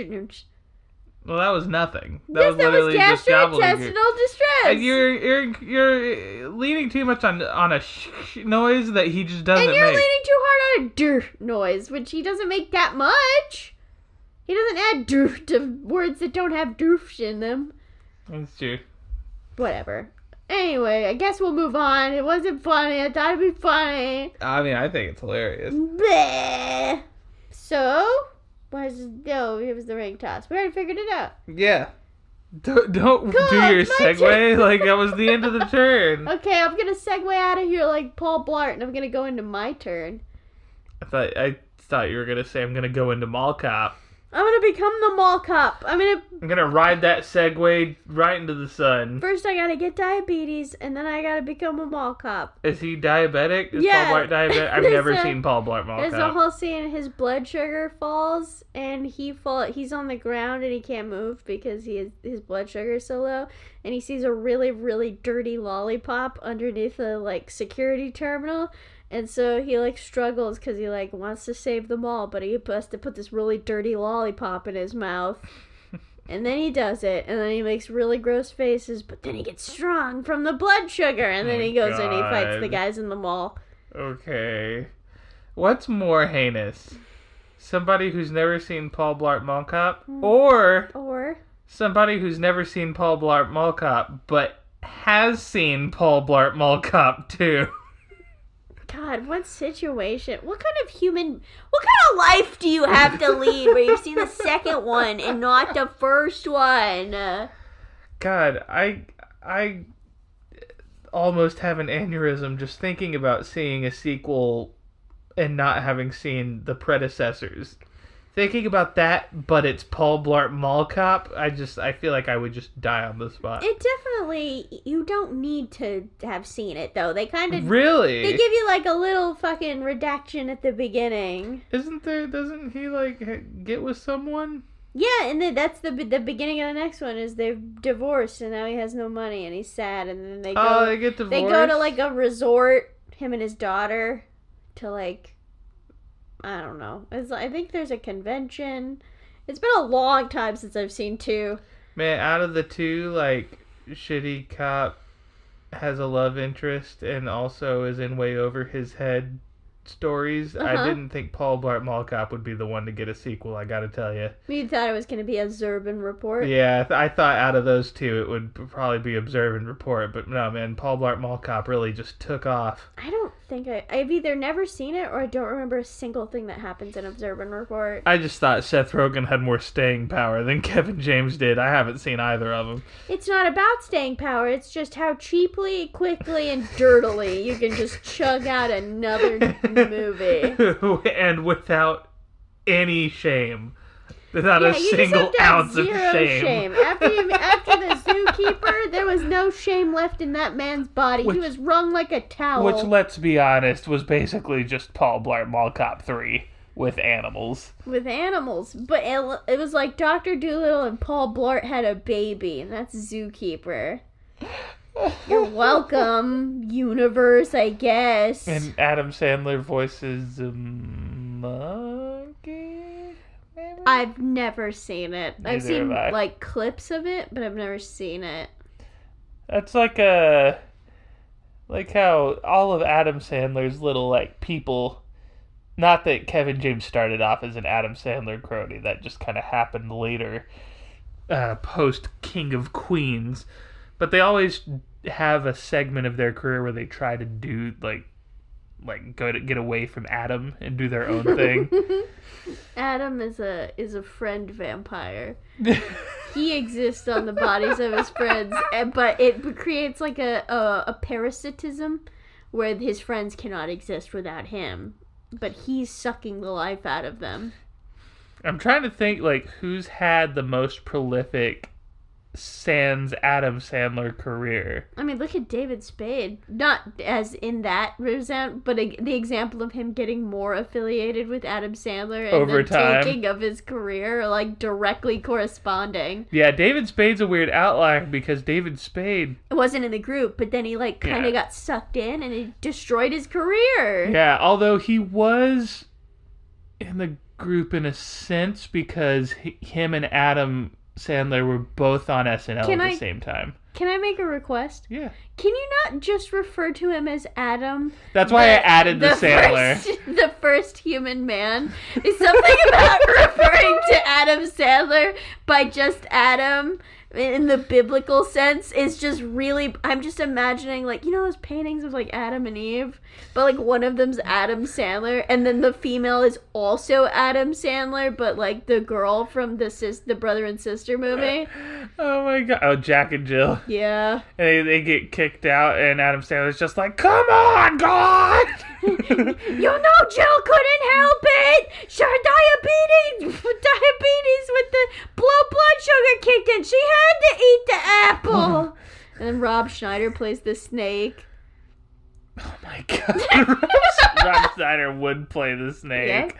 Well, that was nothing. That was
that was
literally just gobbling.
gastrointestinal distress.
And you're you're you're leaning too much on on a sh- sh- noise that he just doesn't
And you're
make.
leaning too hard on a dir noise, which he doesn't make that much. He doesn't add doof to words that don't have doofsh in them.
That's true.
Whatever. Anyway, I guess we'll move on. It wasn't funny. I thought it'd be funny.
I mean, I think it's hilarious.
Bleh. So, was no, it oh, was the ring toss. We already figured it out.
Yeah. Don't, don't do
God,
your
my
segue
turn.
like that was the end of the turn.
Okay, I'm gonna segue out of here like Paul Blart, and I'm gonna go into my turn.
I thought I thought you were gonna say I'm gonna go into mall cop.
I'm gonna become the mall cop. I'm gonna
I'm gonna ride that segue right into the sun.
first I gotta get diabetes, and then I gotta become a mall cop.
Is he diabetic? Is
Yeah.
Paul Blart diabetic? I've
There's
never
a-
seen Paul Blart mall
There's
cop.
a whole scene. His blood sugar falls, and he fall. He's on the ground, and he can't move because he is, his blood sugar is so low. And he sees a really, really dirty lollipop underneath the like security terminal, and so he like struggles because he like wants to save them all, but he has to put this really dirty lollipop in his mouth. And then he does it, and then he makes really gross faces, but then he gets strong from the blood sugar, and then
Oh,
he goes and he fights the
God.
guys in the mall.
Okay. What's more heinous? Somebody who's never seen Paul Blart Mall Cop or
Or
somebody who's never seen Paul Blart Mall Cop but has seen Paul Blart Mall Cop too.
God, what situation? What kind of human? What kind of life do you have to lead where you've seen the second one and not the first one? Uh,
God, I I almost have an aneurysm just thinking about seeing a sequel and not having seen the predecessors. Thinking about that, but it's Paul Blart Mall Cop. I just I feel like I would just die on the spot.
It definitely. You don't need to have seen it though. They kind of.
Really?
They give you like a little fucking redaction at the beginning.
Isn't there? Doesn't he like h- get with someone?
Yeah, and then that's the the beginning of the next one is they've divorced and now he has no money and he's sad and then they go.
Oh, they get
They
divorced.
go to like a resort, him and his daughter, to like, I don't know. It's, I think there's a convention. It's been a long time since I've seen two.
man. Out of the two, like shitty cop has a love interest and also is in way over his head stories.
Uh-huh.
I didn't think Paul Blart Mall Cop would be the one to get a sequel. I gotta tell you.
We thought it was going to be a Zurban report.
Yeah, I, th- I thought out of those two, it would p- probably be Observe and Report, but no, man. Paul Blart Mall Cop really just took off.
I don't think I, I've either never seen it or I don't remember a single thing that happens in Observe and Report.
I just thought Seth Rogen had more staying power than Kevin James did. I haven't seen either of them.
It's not about staying power, it's just how cheaply, quickly, and dirtily you can just chug out another movie.
and without any shame. Without
Yeah,
a
you just
single
have to have
ounce of
zero
shame.
After, you, after the zookeeper, there was no shame left in that man's body.
Which-
he was wrung like a towel.
Which, let's be honest, was basically just Paul Blart Mall Cop 3 with animals.
with animals, but it, it was like Doctor Doolittle and Paul Blart had a baby, and that's Zookeeper. You're welcome, universe, I guess.
And Adam Sandler voices a monkey? maybe?
I've never seen it. I've
Neither
seen
have I.
like clips of it, but I've never seen it.
That's like a like how all of Adam Sandler's little like people not that Kevin James started off as an Adam Sandler crony, that just kind of happened later uh post King of Queens, but they always have a segment of their career where they try to do like like go to get away from Adam and do their own thing.
Adam is a is a friend vampire. He exists on the bodies of his friends, and- but it creates like a, a a parasitism where his friends cannot exist without him. But he's sucking the life out of them.
I'm trying to think like who's had the most prolific sans Adam Sandler career.
I mean, look at David Spade. Not as in that resent, but a, the example of him getting more affiliated with Adam Sandler and
Over
the
time.
tanking of his career, like directly corresponding.
Yeah, David Spade's a weird outlier because David Spade,
It wasn't in the group, but then he like kind
Yeah.
of got sucked in and it destroyed his career.
yeah, although he was in the group in a sense because he, him and Adam Sandler were both on SNL
Can
at
I-
the same time.
Can I make a request?
Yeah.
Can you not just refer to him as Adam?
That's why I added the, Sandler.
First, the first human man. There's something about referring to Adam Sandler by just Adam in the biblical sense is just really I'm just imagining like you know those paintings of like Adam and Eve but like one of them's Adam Sandler and then the female is also Adam Sandler but like the girl from the sis the brother and sister movie
Oh my god. Oh, Jack and Jill.
yeah
And they, they get kicked out, and Adam Sandler's just like, come on, God! Oh
You know, Jill couldn't help it. She had diabetes, diabetes with the blood blood sugar kicked in. She had to eat the apple. and then Rob Schneider plays the snake.
Oh my god. Rob- Rob Schneider would play the snake.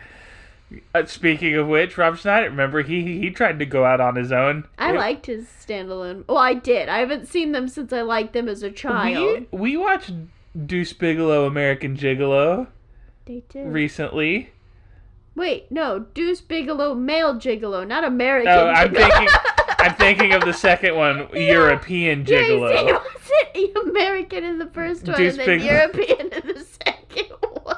Uh, speaking of which, Rob Schneider, remember he he tried to go out on his own.
I
It-
liked his standalone. Well, I did. I haven't seen them since I liked them as a child.
we, we watched Deuce Bigelow American Gigolo
they did.
recently.
Wait, no, Deuce Bigelow, male gigolo, not American.
Oh, I'm
gigolo.
thinking I'm thinking of the second one, European
Yeah, you see,
Gigolo.
he wasn't American in the first one,
Deuce
and then
Bigelow.
European in the second one.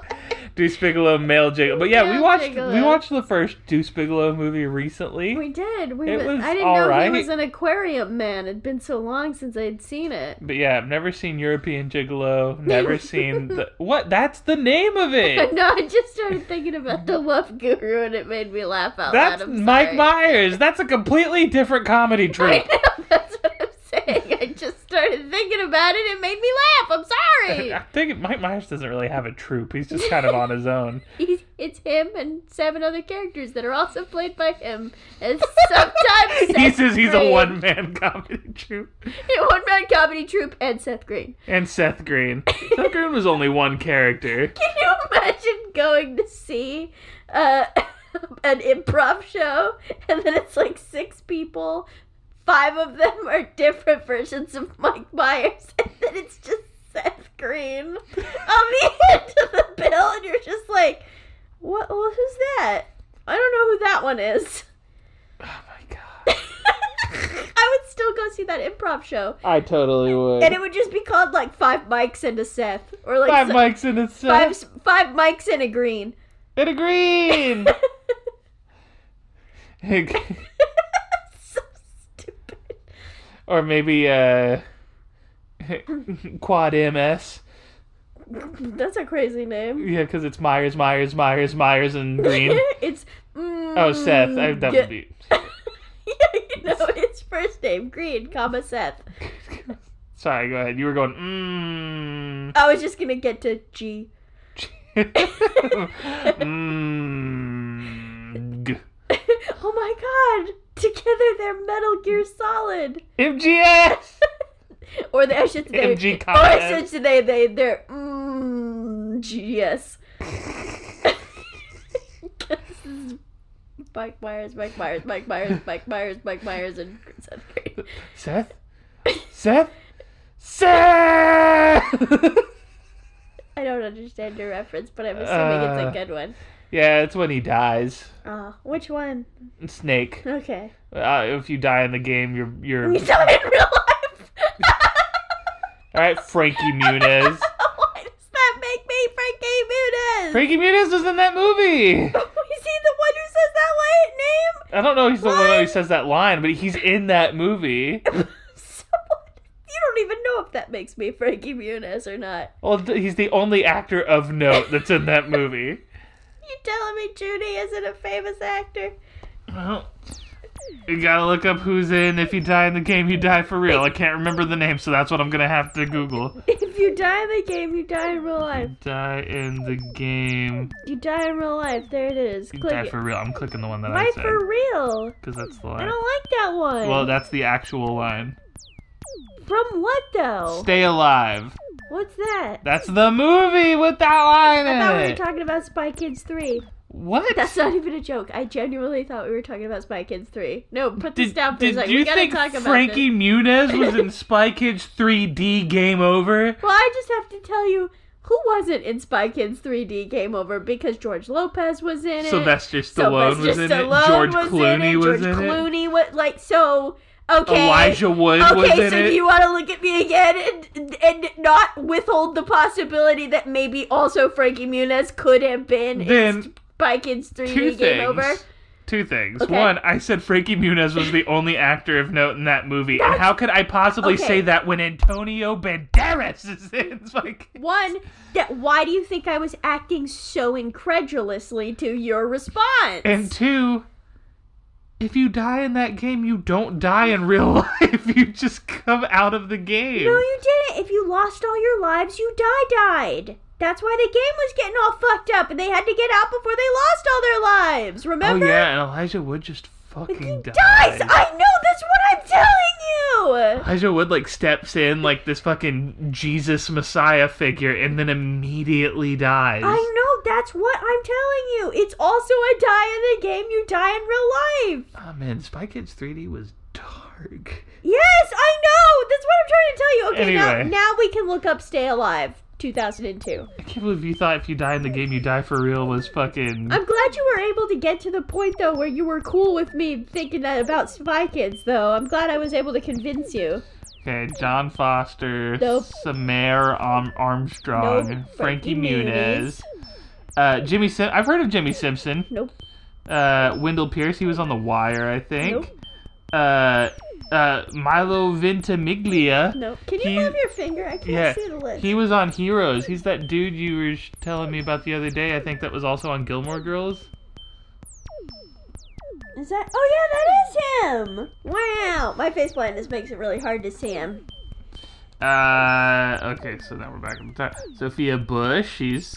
Deuce Bigelow male Gigolo. But yeah, we
Male
watched we
Gigolo.
watched the first Deuce Bigelow movie recently.
We did. We
It
went-
was
I didn't know
alright.
he was an aquarium man. It'd been so long since I'd seen it.
But yeah, I've never seen European Gigolo, never seen the What? That's the name of it.
no, I just started thinking about the Love Guru, and it made me laugh out
That's
loud. I'm
Mike
sorry.
Myers. That's a completely different comedy
I
troupe.
know, that's what I'm saying. I just started thinking about it. It made me laugh. I'm sorry.
I think Mike Myers doesn't really have a troupe. He's just kind of on his own.
He's, it's him and seven other characters that are also played by him. And sometimes
he
Seth
says he's a
Green-
one man comedy troupe.
one man comedy troupe and Seth Green.
And Seth Green. Seth Green was only one character.
Can you imagine going to see uh, an improv show and then it's like six people, five of them are different versions of Mike Myers, and then it's just Seth Green on the end of the bill, and you're just like, what? Well, who's that? I don't know who that one is.
Oh my god.
I would still go see that improv show,
I totally would.
and it would just be called like five mics and a Seth, or like
Five
so-
mics in a
five
set.
s- five mics and a green.
And a green.
so stupid.
or maybe uh, Quad MS.
That's a crazy name.
Yeah, because it's Myers, Myers, Myers, Myers, and Green.
it's. Mm,
oh, Seth. I, that would be.
yeah, you know, it's first name Green, comma Seth.
Sorry, go ahead. You were going, mmm.
I was just gonna get to G.
mmm. mm. G.
oh my god! Together they're Metal Gear Solid.
MGS!
Or they, I should say,
MG
or I
Combat.
should say they, they they're mm, GS. 'Cause this is Mike Myers, Mike Myers, Mike Myers, Mike Myers, Mike Myers, and Seth Green.
Seth? Seth? Seth!
I don't understand your reference, but I'm assuming
Uh.
it's a good one.
yeah, it's when he dies.
Oh, which one?
Snake.
Okay.
Uh, if you die in the game, you're you're.
You saw it in real life.
All right, Frankie Muniz.
Why does that make me Frankie Muniz?
Frankie Muniz was in that movie.
Is he the one who says that late name?
I don't know. He's the one who
What?
says that line, but he's in that movie.
Someone, you don't even know if that makes me Frankie Muniz or not.
Well, th- he's the only actor of note that's in that movie.
You telling me Judy isn't a famous actor?
Well, you gotta look up who's in. If you die in the game, you die for real. I can't remember the name, so that's what I'm gonna have to Google.
If you die in the game, you die in real life.
Die in the game.
You die in real life. There it is.
You
Click
die
it.
for real. I'm clicking the one that
Why
I said
for real?
because that's the
I
line.
don't like that one.
Well, that's the actual line.
From what though?
Stay alive.
What's that?
That's the movie with that line
I thought we
in
were
it.
talking about Spy Kids 3.
what?
That's not even a joke. I genuinely thought we were talking about Spy Kids 3. No, put this
Did,
down for a
did
second.
you
we gotta
think
talk about
Frankie
this.
Muniz was in Spy Kids 3D Game Over?
Well, I just have to tell you who wasn't in Spy Kids 3D Game Over because George Lopez was in it.
Sylvester Stallone
Sylvester
was in
Stallone
it. George
was
Clooney
in it.
was
George
in it.
Clooney was like so. Okay.
Elijah Wood was
Okay,
in
so
it.
do you want to look at me again and, and not withhold the possibility that maybe also Frankie Muniz could have been
Then,
in Spy Kids 3D
two
Game
things.
Over?
Two things.
Okay.
One, I said Frankie Muniz was the only actor of note in that movie, and how could I possibly
Okay.
say that when Antonio Banderas is in? Like,
One, that why do you think I was acting so incredulously to your response?
and two, if you die in that game, you don't die in real life. You just come out of the game.
no, you didn't. If you lost all your lives, you die died. That's why the game was getting all fucked up, and they had to get out before they lost all their lives.
oh
Remember?
yeah, and Elijah Wood just
He
fucking
dies.
dies.
I know. That's what I'm telling you.
Elijah Wood like steps in like this fucking Jesus Messiah figure, and then immediately dies.
I know. That's what I'm telling you. It's also a die in the game. You die in real life.
Oh man, Spy Kids 3D was dark.
Yes, I know. That's what I'm trying to tell you. Okay,
Anyway.
now now we can look up "Stay Alive" 2002.
I can't believe you thought if you die in the game, you die for real was fucking.
I'm glad you were able to get to the point though where you were cool with me thinking that about Spy Kids though. I'm glad I was able to convince you.
Okay, John Foster,
Nope.
Samare Arm- Armstrong,
Nope.
Frankie
Frankie
Muniz, uh, Jimmy Sim. I've heard of Jimmy Simpson.
Nope.
Uh, Wendell Pierce, he was on The Wire, I think.
Nope.
Uh, uh, Milo Ventimiglia.
Nope. Can you
He-
move your finger? I can't
Yeah,
see the list.
he was on Heroes. He's that dude you were sh- telling me about the other day. I think that was also on Gilmore Girls.
Is that? Oh yeah, that is him. Wow, my face blindness makes it really hard to see him.
Uh, okay, so now we're back on the top. Sophia Bush, she's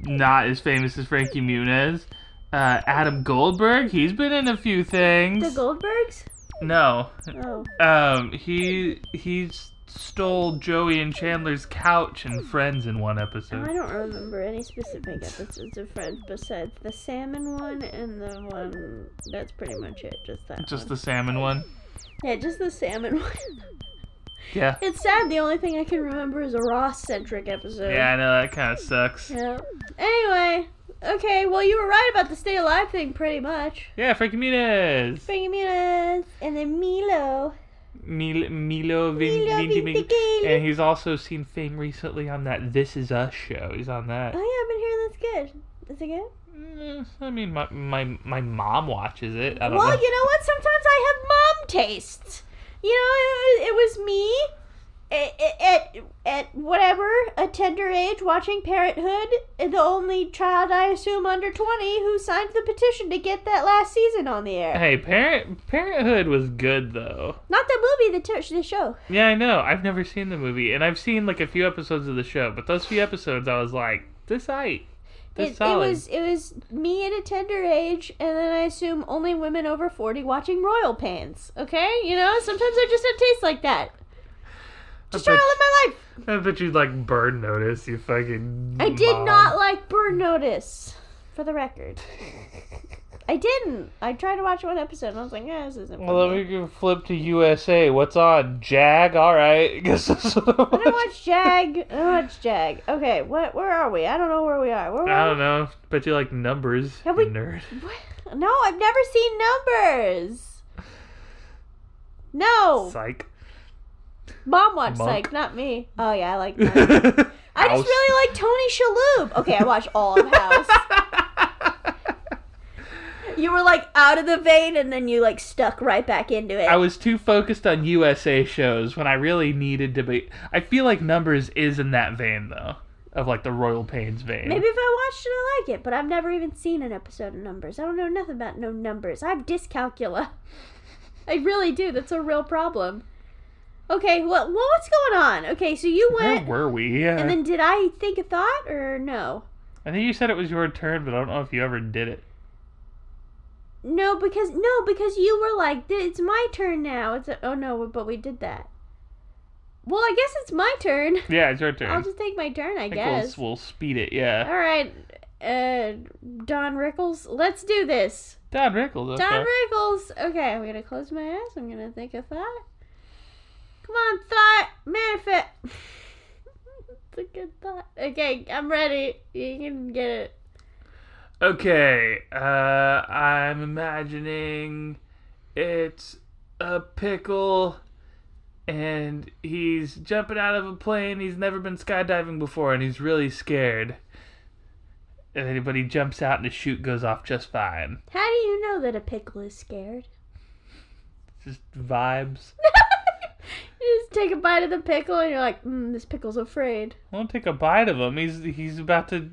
not as famous as Frankie Muniz. Uh, Adam Goldberg, he's been in a few
The
things.
Goldbergs?
no,
Oh,
um, he he stole Joey and Chandler's couch and Friends in one
I
episode.
don't remember any specific episodes of Friends besides the salmon one and the one. That's pretty much it. Just that.
Just
one.
the salmon one.
yeah, just the salmon one.
Yeah,
it's sad. The only thing I can remember is a Ross centric episode.
yeah, I know that kind of sucks.
Yeah. Anyway, okay, well, you were right about the stay alive thing pretty much.
Yeah, Frankie Muniz,
Bring Muniz and then Milo.
Mil- Milo, Vin-
Milo
Vinci-
Vintimiglia.
and he's also seen fame recently on that This Is Us show. He's on that.
Oh, yeah, I've been hearing that's good. Is it good?
Mm, I mean, my my my mom watches it. I don't
Well,
know.
you know what? Sometimes I have mom tastes. You know, it was, it was me at, at, at whatever a tender age watching parenthood the only child i assume under 20 who signed the petition to get that last season on the air
Hey, Parent Parenthood was good though.
not that movie the, t- the show
Yeah, I know. I've never seen the movie, and I've seen like a few episodes of the show, but those few episodes, I was like, this aight. This
it, it
solid.
was it was me at a tender age and then i assume only women over 40 watching royal pans okay you know sometimes i just have tastes like that just trying to live my life
I bet you like Bird Notice, you fucking.
I did
mom.
not like Bird Notice, for the record. I didn't. I tried to watch one episode and I was like, yeah, this isn't.
Well,
for
then
me."
we can flip to USA. What's on? Jag. All right. Guess that's what I
I don't
watched.
watch Jag. I don't watch Jag. Okay, what? Where are we? I don't know where we are. Where
I
were
don't know. Bet you like numbers,
Have
you
we-
nerd.
we? What? No, I've never seen numbers. No,
Psych.
mom watched
Monk.
Psych, not me. Oh yeah, I like.
I
Monk. I just really like Tony Shalhoub. Okay, I watched all of House. you were like out of the vein, and then you like stuck right back into it.
I was too focused on USA shows when I really needed to be. I feel like numbers is in that vein though, of like the Royal Pains vein.
Maybe if I watched it, I like it, but I've never even seen an episode of Numbers. I don't know nothing about no numbers. I have dyscalculia. I really do. That's a real problem. Okay, well, well, what's going on? Okay, so you
Where
went,
were we? Yeah.
and then did I think a thought or no?
I think you said it was your turn, but I don't know if you ever did it.
No, because no, because you were like, "Th- it's my turn now. It's a, oh no, but we did that. Well, I guess it's my turn.
Yeah, it's your turn.
I'll just take my turn, I,
I think
guess.
We'll, we'll speed it. Yeah.
All right, uh, Don Rickles, let's do this.
Don Rickles. Okay.
Don Rickles. Okay, I'm gonna close my eyes. I'm gonna think a thought. Come on, thought manifest. it's a good thought. Okay, I'm ready. You can get it.
Okay, uh, I'm imagining it's a pickle and he's jumping out of a plane. He's never been skydiving before and he's really scared. And then- but he jumps out and the chute goes off just fine.
How do you know that a pickle is scared?
Just vibes.
You just take a bite of the pickle and you're like, mm, this pickle's afraid.
I won't take a bite of him. He's he's about to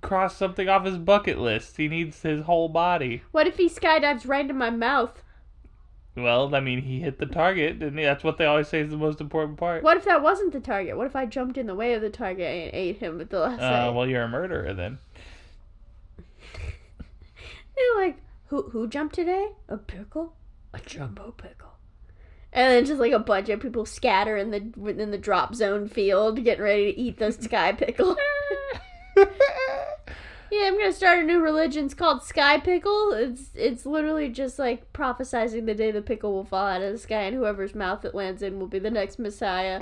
cross something off his bucket list. He needs his whole body.
What if he skydives right into my mouth?
Well, I mean, he hit the target, and that's what they always say is the most important part.
What if that wasn't the target? What if I jumped in the way of the target and ate him at the last
Uh,
second?
well, you're a murderer then.
They're like, who who jumped today? A pickle? A jumbo pickle. And then just like a bunch of people scatter in the within the drop zone field, getting ready to eat the sky pickle. yeah, I'm gonna start a new religion. It's called sky pickle. It's it's literally just like prophesizing the day the pickle will fall out of the sky, and whoever's mouth it lands in will be the next messiah.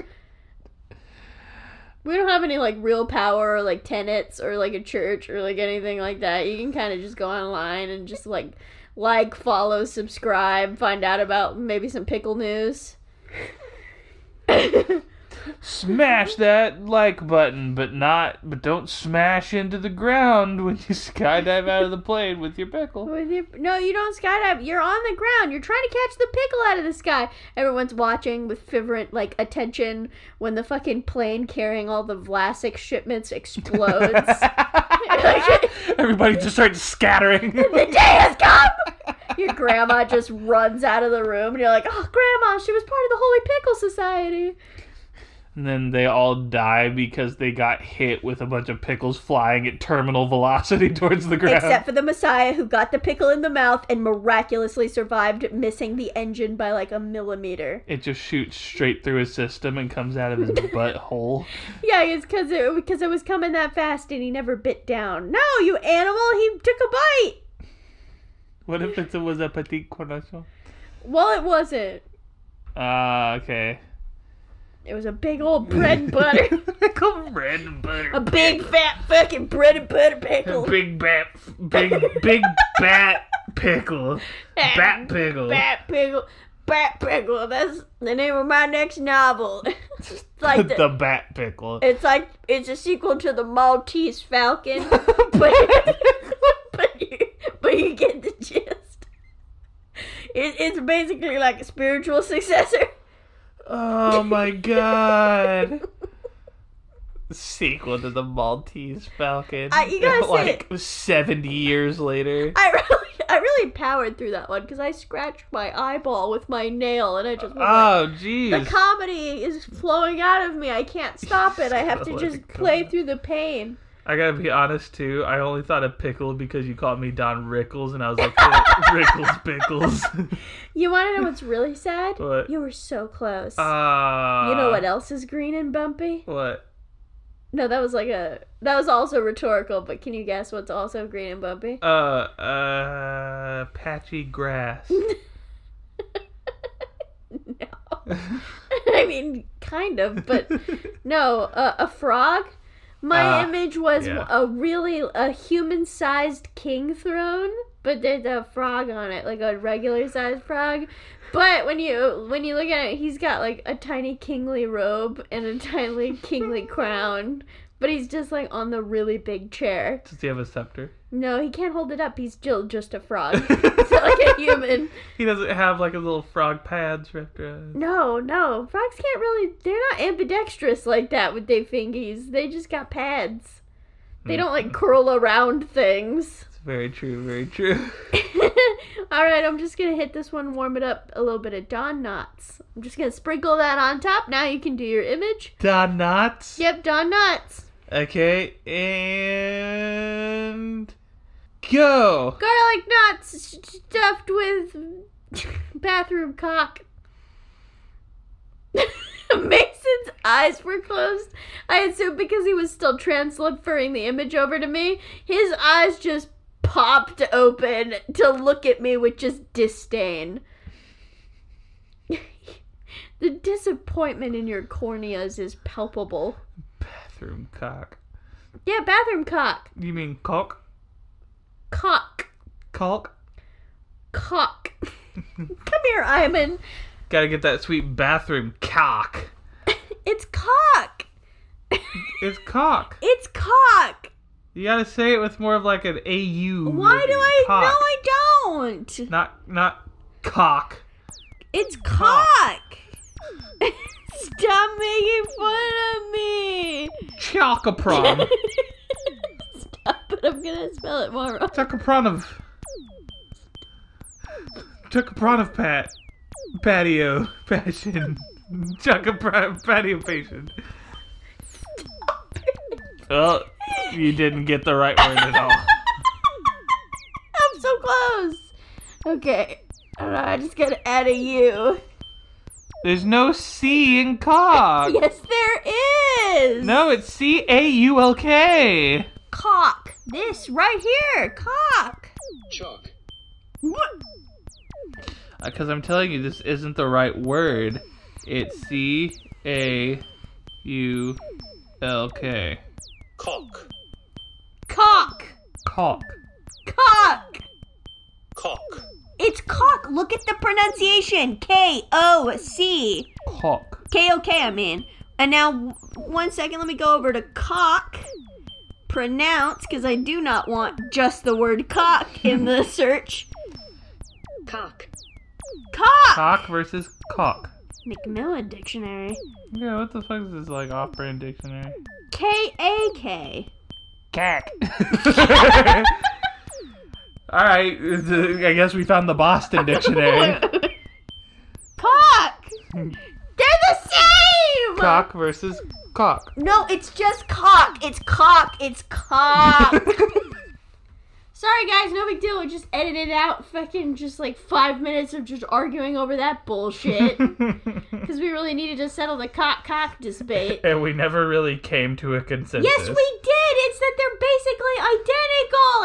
We don't have any like real power or like tenets or like a church or like anything like that. You can kind of just go online and just like like, follow, subscribe, find out about maybe some pickle news.
Smash that like button, but not, but don't smash into the ground when you skydive out of the plane with your pickle.
With your- no, you don't skydive. You're on the ground. You're trying to catch the pickle out of the sky. Everyone's watching with fervent like attention when the fucking plane carrying all the Vlasic shipments explodes.
Everybody just starts scattering.
the day has come. Your grandma just runs out of the room, and you're like, "Oh, grandma, she was part of the Holy Pickle Society."
and then they all die because they got hit with a bunch of pickles flying at terminal velocity towards the ground.
Except for the Messiah who got the pickle in the mouth and miraculously survived missing the engine by like a millimeter.
it just shoots straight through his system and comes out of his butthole.
Yeah, it's because it because it was coming that fast and he never bit down. No, you animal! He took a bite.
What if it was a petit corazon?
Well, it wasn't.
Ah, okay.
It was a big old bread and butter,
bread and butter.
a big fat fucking bread and butter pickle.
Big bat, big big bat pickle, bat pickle.
Bat pickle, bat pickle. That's the name of my next novel. it's like the,
the bat pickle.
it's like it's a sequel to the Maltese Falcon, but but you, but you get the gist. It, it's basically like a spiritual successor.
Oh my god. Sequel to the Maltese Falcon.
I- you gotta say
like seventy years later.
I really, I really powered through that one because I scratched my eyeball with my nail, and I just was like,
Oh jeez.
the comedy is flowing out of me. I can't stop it. I have to
Let
just
it come
play
out.
through the pain.
I gotta be honest too. I only thought of pickle because you called me Don Rickles, and I was like, Rickles pickles.
You want to know what's really sad?
What?
You were so close.
Ah.
you know what else is green and bumpy?
What?
No, that was like a that was also rhetorical. But can you guess what's also green and bumpy?
Uh, uh, patchy grass.
no, I mean kind of, but no, uh, a frog. My
Ah,
image was
yeah.
a really a human-sized king throne, but there's a frog on it, like a regular-sized frog. But when you when you look at it, he's got like a tiny kingly robe and a tiny kingly crown, but he's just like on the really big chair.
Does he have a scepter?
No, he can't hold it up. He's still just a frog. He's not like a human.
He doesn't have like his little frog pads wrapped around.
No, no. Frogs can't really. They're not ambidextrous like that with their fingies. They just got pads. They don't like curl around things.
It's very true, very true.
All right, I'm just gonna hit this one, warm it up a little bit of Don Knotts. I'm just gonna sprinkle that on top. Now you can do your image.
Don Knotts.
Yep, Don Knotts.
Okay, and go.
Garlic knots sh- sh- stuffed with bathroom cock. Mason's eyes were closed. I assume because he was still transferring the image over to me, his eyes just popped open to look at me with just disdain. the disappointment in your corneas is palpable.
Bathroom cock.
Yeah, bathroom cock.
You mean cock?
Cock.
Cock?
Cock. Come here, Iman.
Gotta get that sweet bathroom cock.
It's cock.
It's cock.
It's cock.
You gotta say it with more of like an AU.
Why do I?
cock.
No, I don't.
Not not cock.
It's
Cock.
cock. Stop making fun of me.
Chalkapron.
Stop it. I'm gonna spell it more wrong.
Chakapranov. Chakapranov pat. Patio. Passion. Chakapranov patio patient. Well, Oh, you didn't get the right word at all.
I'm so close. Okay. I don't know. I just gotta add a U.
There's no C in cock.
Yes, there is.
No, it's C A U L K.
Cock. This right here. Cock.
Chuck.
What?
Because Uh, I'm telling you, this isn't the right word. It's C A U L K.
Cock.
Cock.
Cock.
Cock.
Cock.
It's cock. Look at the pronunciation. K O C.
Cock.
K O K, I mean. And now, w- one second, let me go over to cock. Pronounce, because I do not want just the word cock in the search.
Cock.
Cock!
Cock versus cock.
Macmillan Dictionary.
Yeah, what the fuck is this like off-brand dictionary?
K A K.
Cack. All right, th- I guess we found the Boston dictionary.
Cock! They're the same!
cock versus cock.
No, it's just cock. It's cock. It's cock. Sorry, guys, no big deal. We just edited out fucking just like five minutes of just arguing over that bullshit because we really needed to settle the cock cock debate.
and we never really came to a consensus.
Yes, we did. It's that they're basically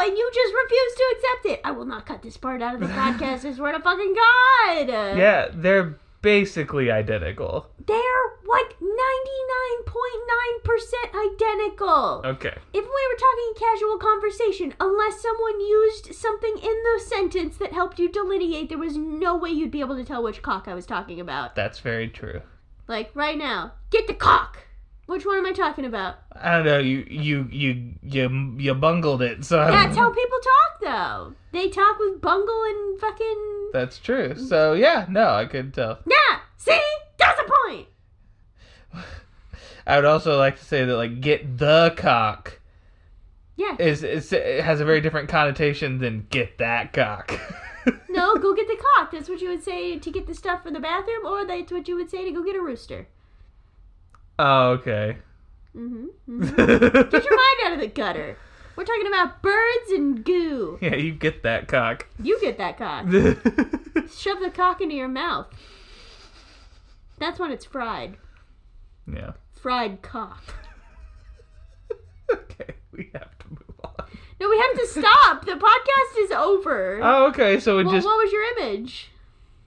identical, and you just refuse to accept it. I will not cut this part out of the podcast. I swear to fucking god.
Yeah, they're basically identical.
they're like ninety nine point nine percent identical.
Okay.
If we were talking casual conversation, unless someone used something in the sentence that helped you delineate, there was no way you'd be able to tell which cock I was talking about.
That's very true.
Like right now, get the cock. Which one am I talking about?
I don't know. You you you you you bungled it. So I don't-
That's how people talk, though. They talk with bungle and fucking
That's true. So yeah, no, I could tell.
yeah. See, that's the point.
I would also like to say that like get the cock
Yeah.
is, is it has a very different connotation than get that cock.
No, go get the cock. That's what you would say to get the stuff for the bathroom, or that's what you would say to go get a rooster.
oh, okay.
Mm-hmm. hmm Get your mind out of the gutter. We're talking about birds and goo.
yeah, you get that cock.
You get that cock. Shove the cock into your mouth. That's when it's fried.
yeah.
Fried cock.
Okay, we have to move on.
No, we have to stop. The podcast is over.
Oh, okay. So it
Well,
just
what was your image?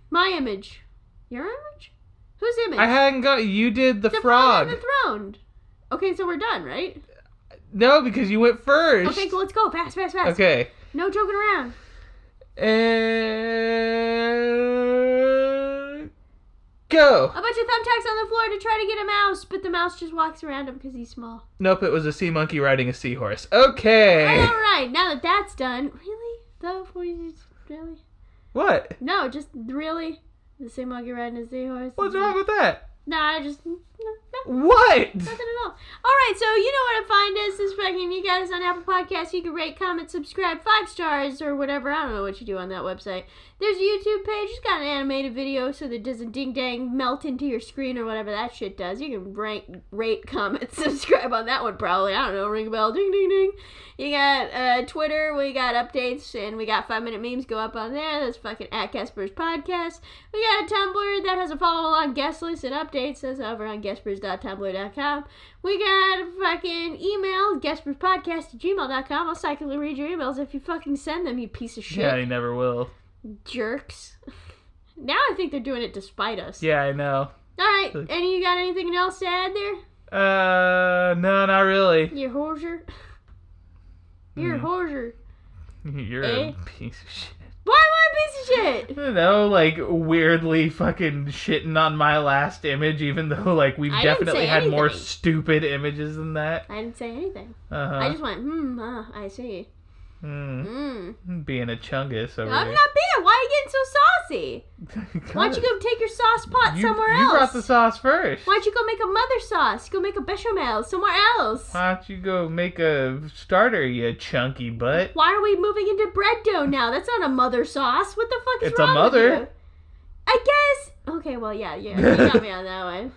My image. Your image? Whose image?
I hadn't got you did the,
the
frog.
on the throne. Okay, so we're done, right?
No, because you went first.
Okay, cool. Let's go fast, fast, fast.
Okay.
No joking around.
And go.
A bunch of thumbtacks on the floor to try to get a mouse, but the mouse just walks around him because he's small.
Nope, it was a sea monkey riding a seahorse. Okay.
All right, now that that's done, really though, we just- really
What?
no, just really the same monkey riding his seahorse.
What's wrong with that?
No, I just no, no.
What?
Nothing at all. All right, so you know where to find us. This fucking you got us on Apple Podcasts. You can rate, comment, subscribe, five stars or whatever. I don't know what you do on that website. There's a YouTube page. It's got an animated video so that it doesn't ding dang melt into your screen or whatever that shit does. You can rank, rate, comment, subscribe on that one probably. I don't know. Ring a bell, ding ding ding. You got uh, Twitter. We got updates and we got five minute memes go up on there. That's fucking at Casper's podcast. We got a Tumblr that has a follow along guest list and updates. That's over on guestbrews.tumblr.com. We got a fucking email, guestbrewspodcast at gmail.com. I'll cyclically read your emails if you fucking send them, you piece of shit.
Yeah, he never will.
Jerks. now I think they're doing it despite us.
Yeah, I know.
Alright, any you got anything else to add there?
Uh, no, not really.
Your horser? You're a
Hmm.
horser.
You're
Eh?
a piece of shit.
Why am I a piece of shit?
I don't know, like weirdly fucking shitting on my last image, even though like we've
I didn't
definitely
say
had more
anything.
stupid images than that.
I didn't say anything. I
Uh
just went, hmm, ah, I see.
huh. Mm.
Mm.
Being a chungus over
I'm
here.
not being. Why are you getting so saucy? Why don't you go take your sauce pot
You-
somewhere
You
else?
brought the sauce first.
Why don't you go make a mother sauce? Go make a bechamel somewhere else.
Why don't you go make a starter, you chunky butt?
Why are we moving into bread dough now? That's not a mother sauce. What the fuck is
It's a
wrong with
mother.
you? I guess. Okay, well, yeah, yeah, you got me on that one.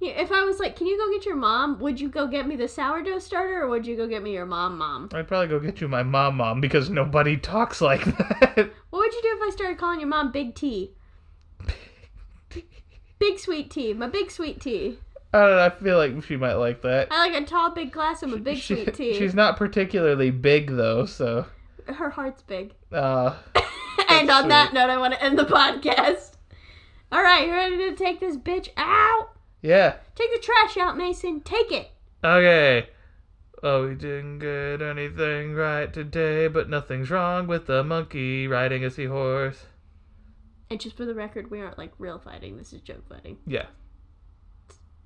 Yeah, if I was like, can you go get your mom? Would you go get me the sourdough starter, or would you go get me your mom, mom?
I'd probably go get you my mom, mom, because nobody talks like that.
What would you do if I started calling your mom Big T? Big sweet tea, my big sweet tea.
I don't know. I feel like she might like that.
I like a tall, big glass of my big
She-
sweet tea.
She's not particularly big though, so
Her heart's big.
uh,
and on
sweet.
that note, I want to end the podcast. All right, you ready to take this bitch out?
yeah.
Take the trash out, Mason. Take it.
Okay. Well, we didn't get anything right today, but nothing's wrong with the monkey riding a seahorse.
And just for the record, we aren't like real fighting. This is joke fighting.
Yeah.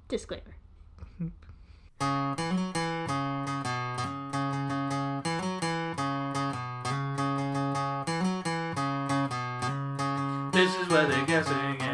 Disclaimer.
This is where they're guessing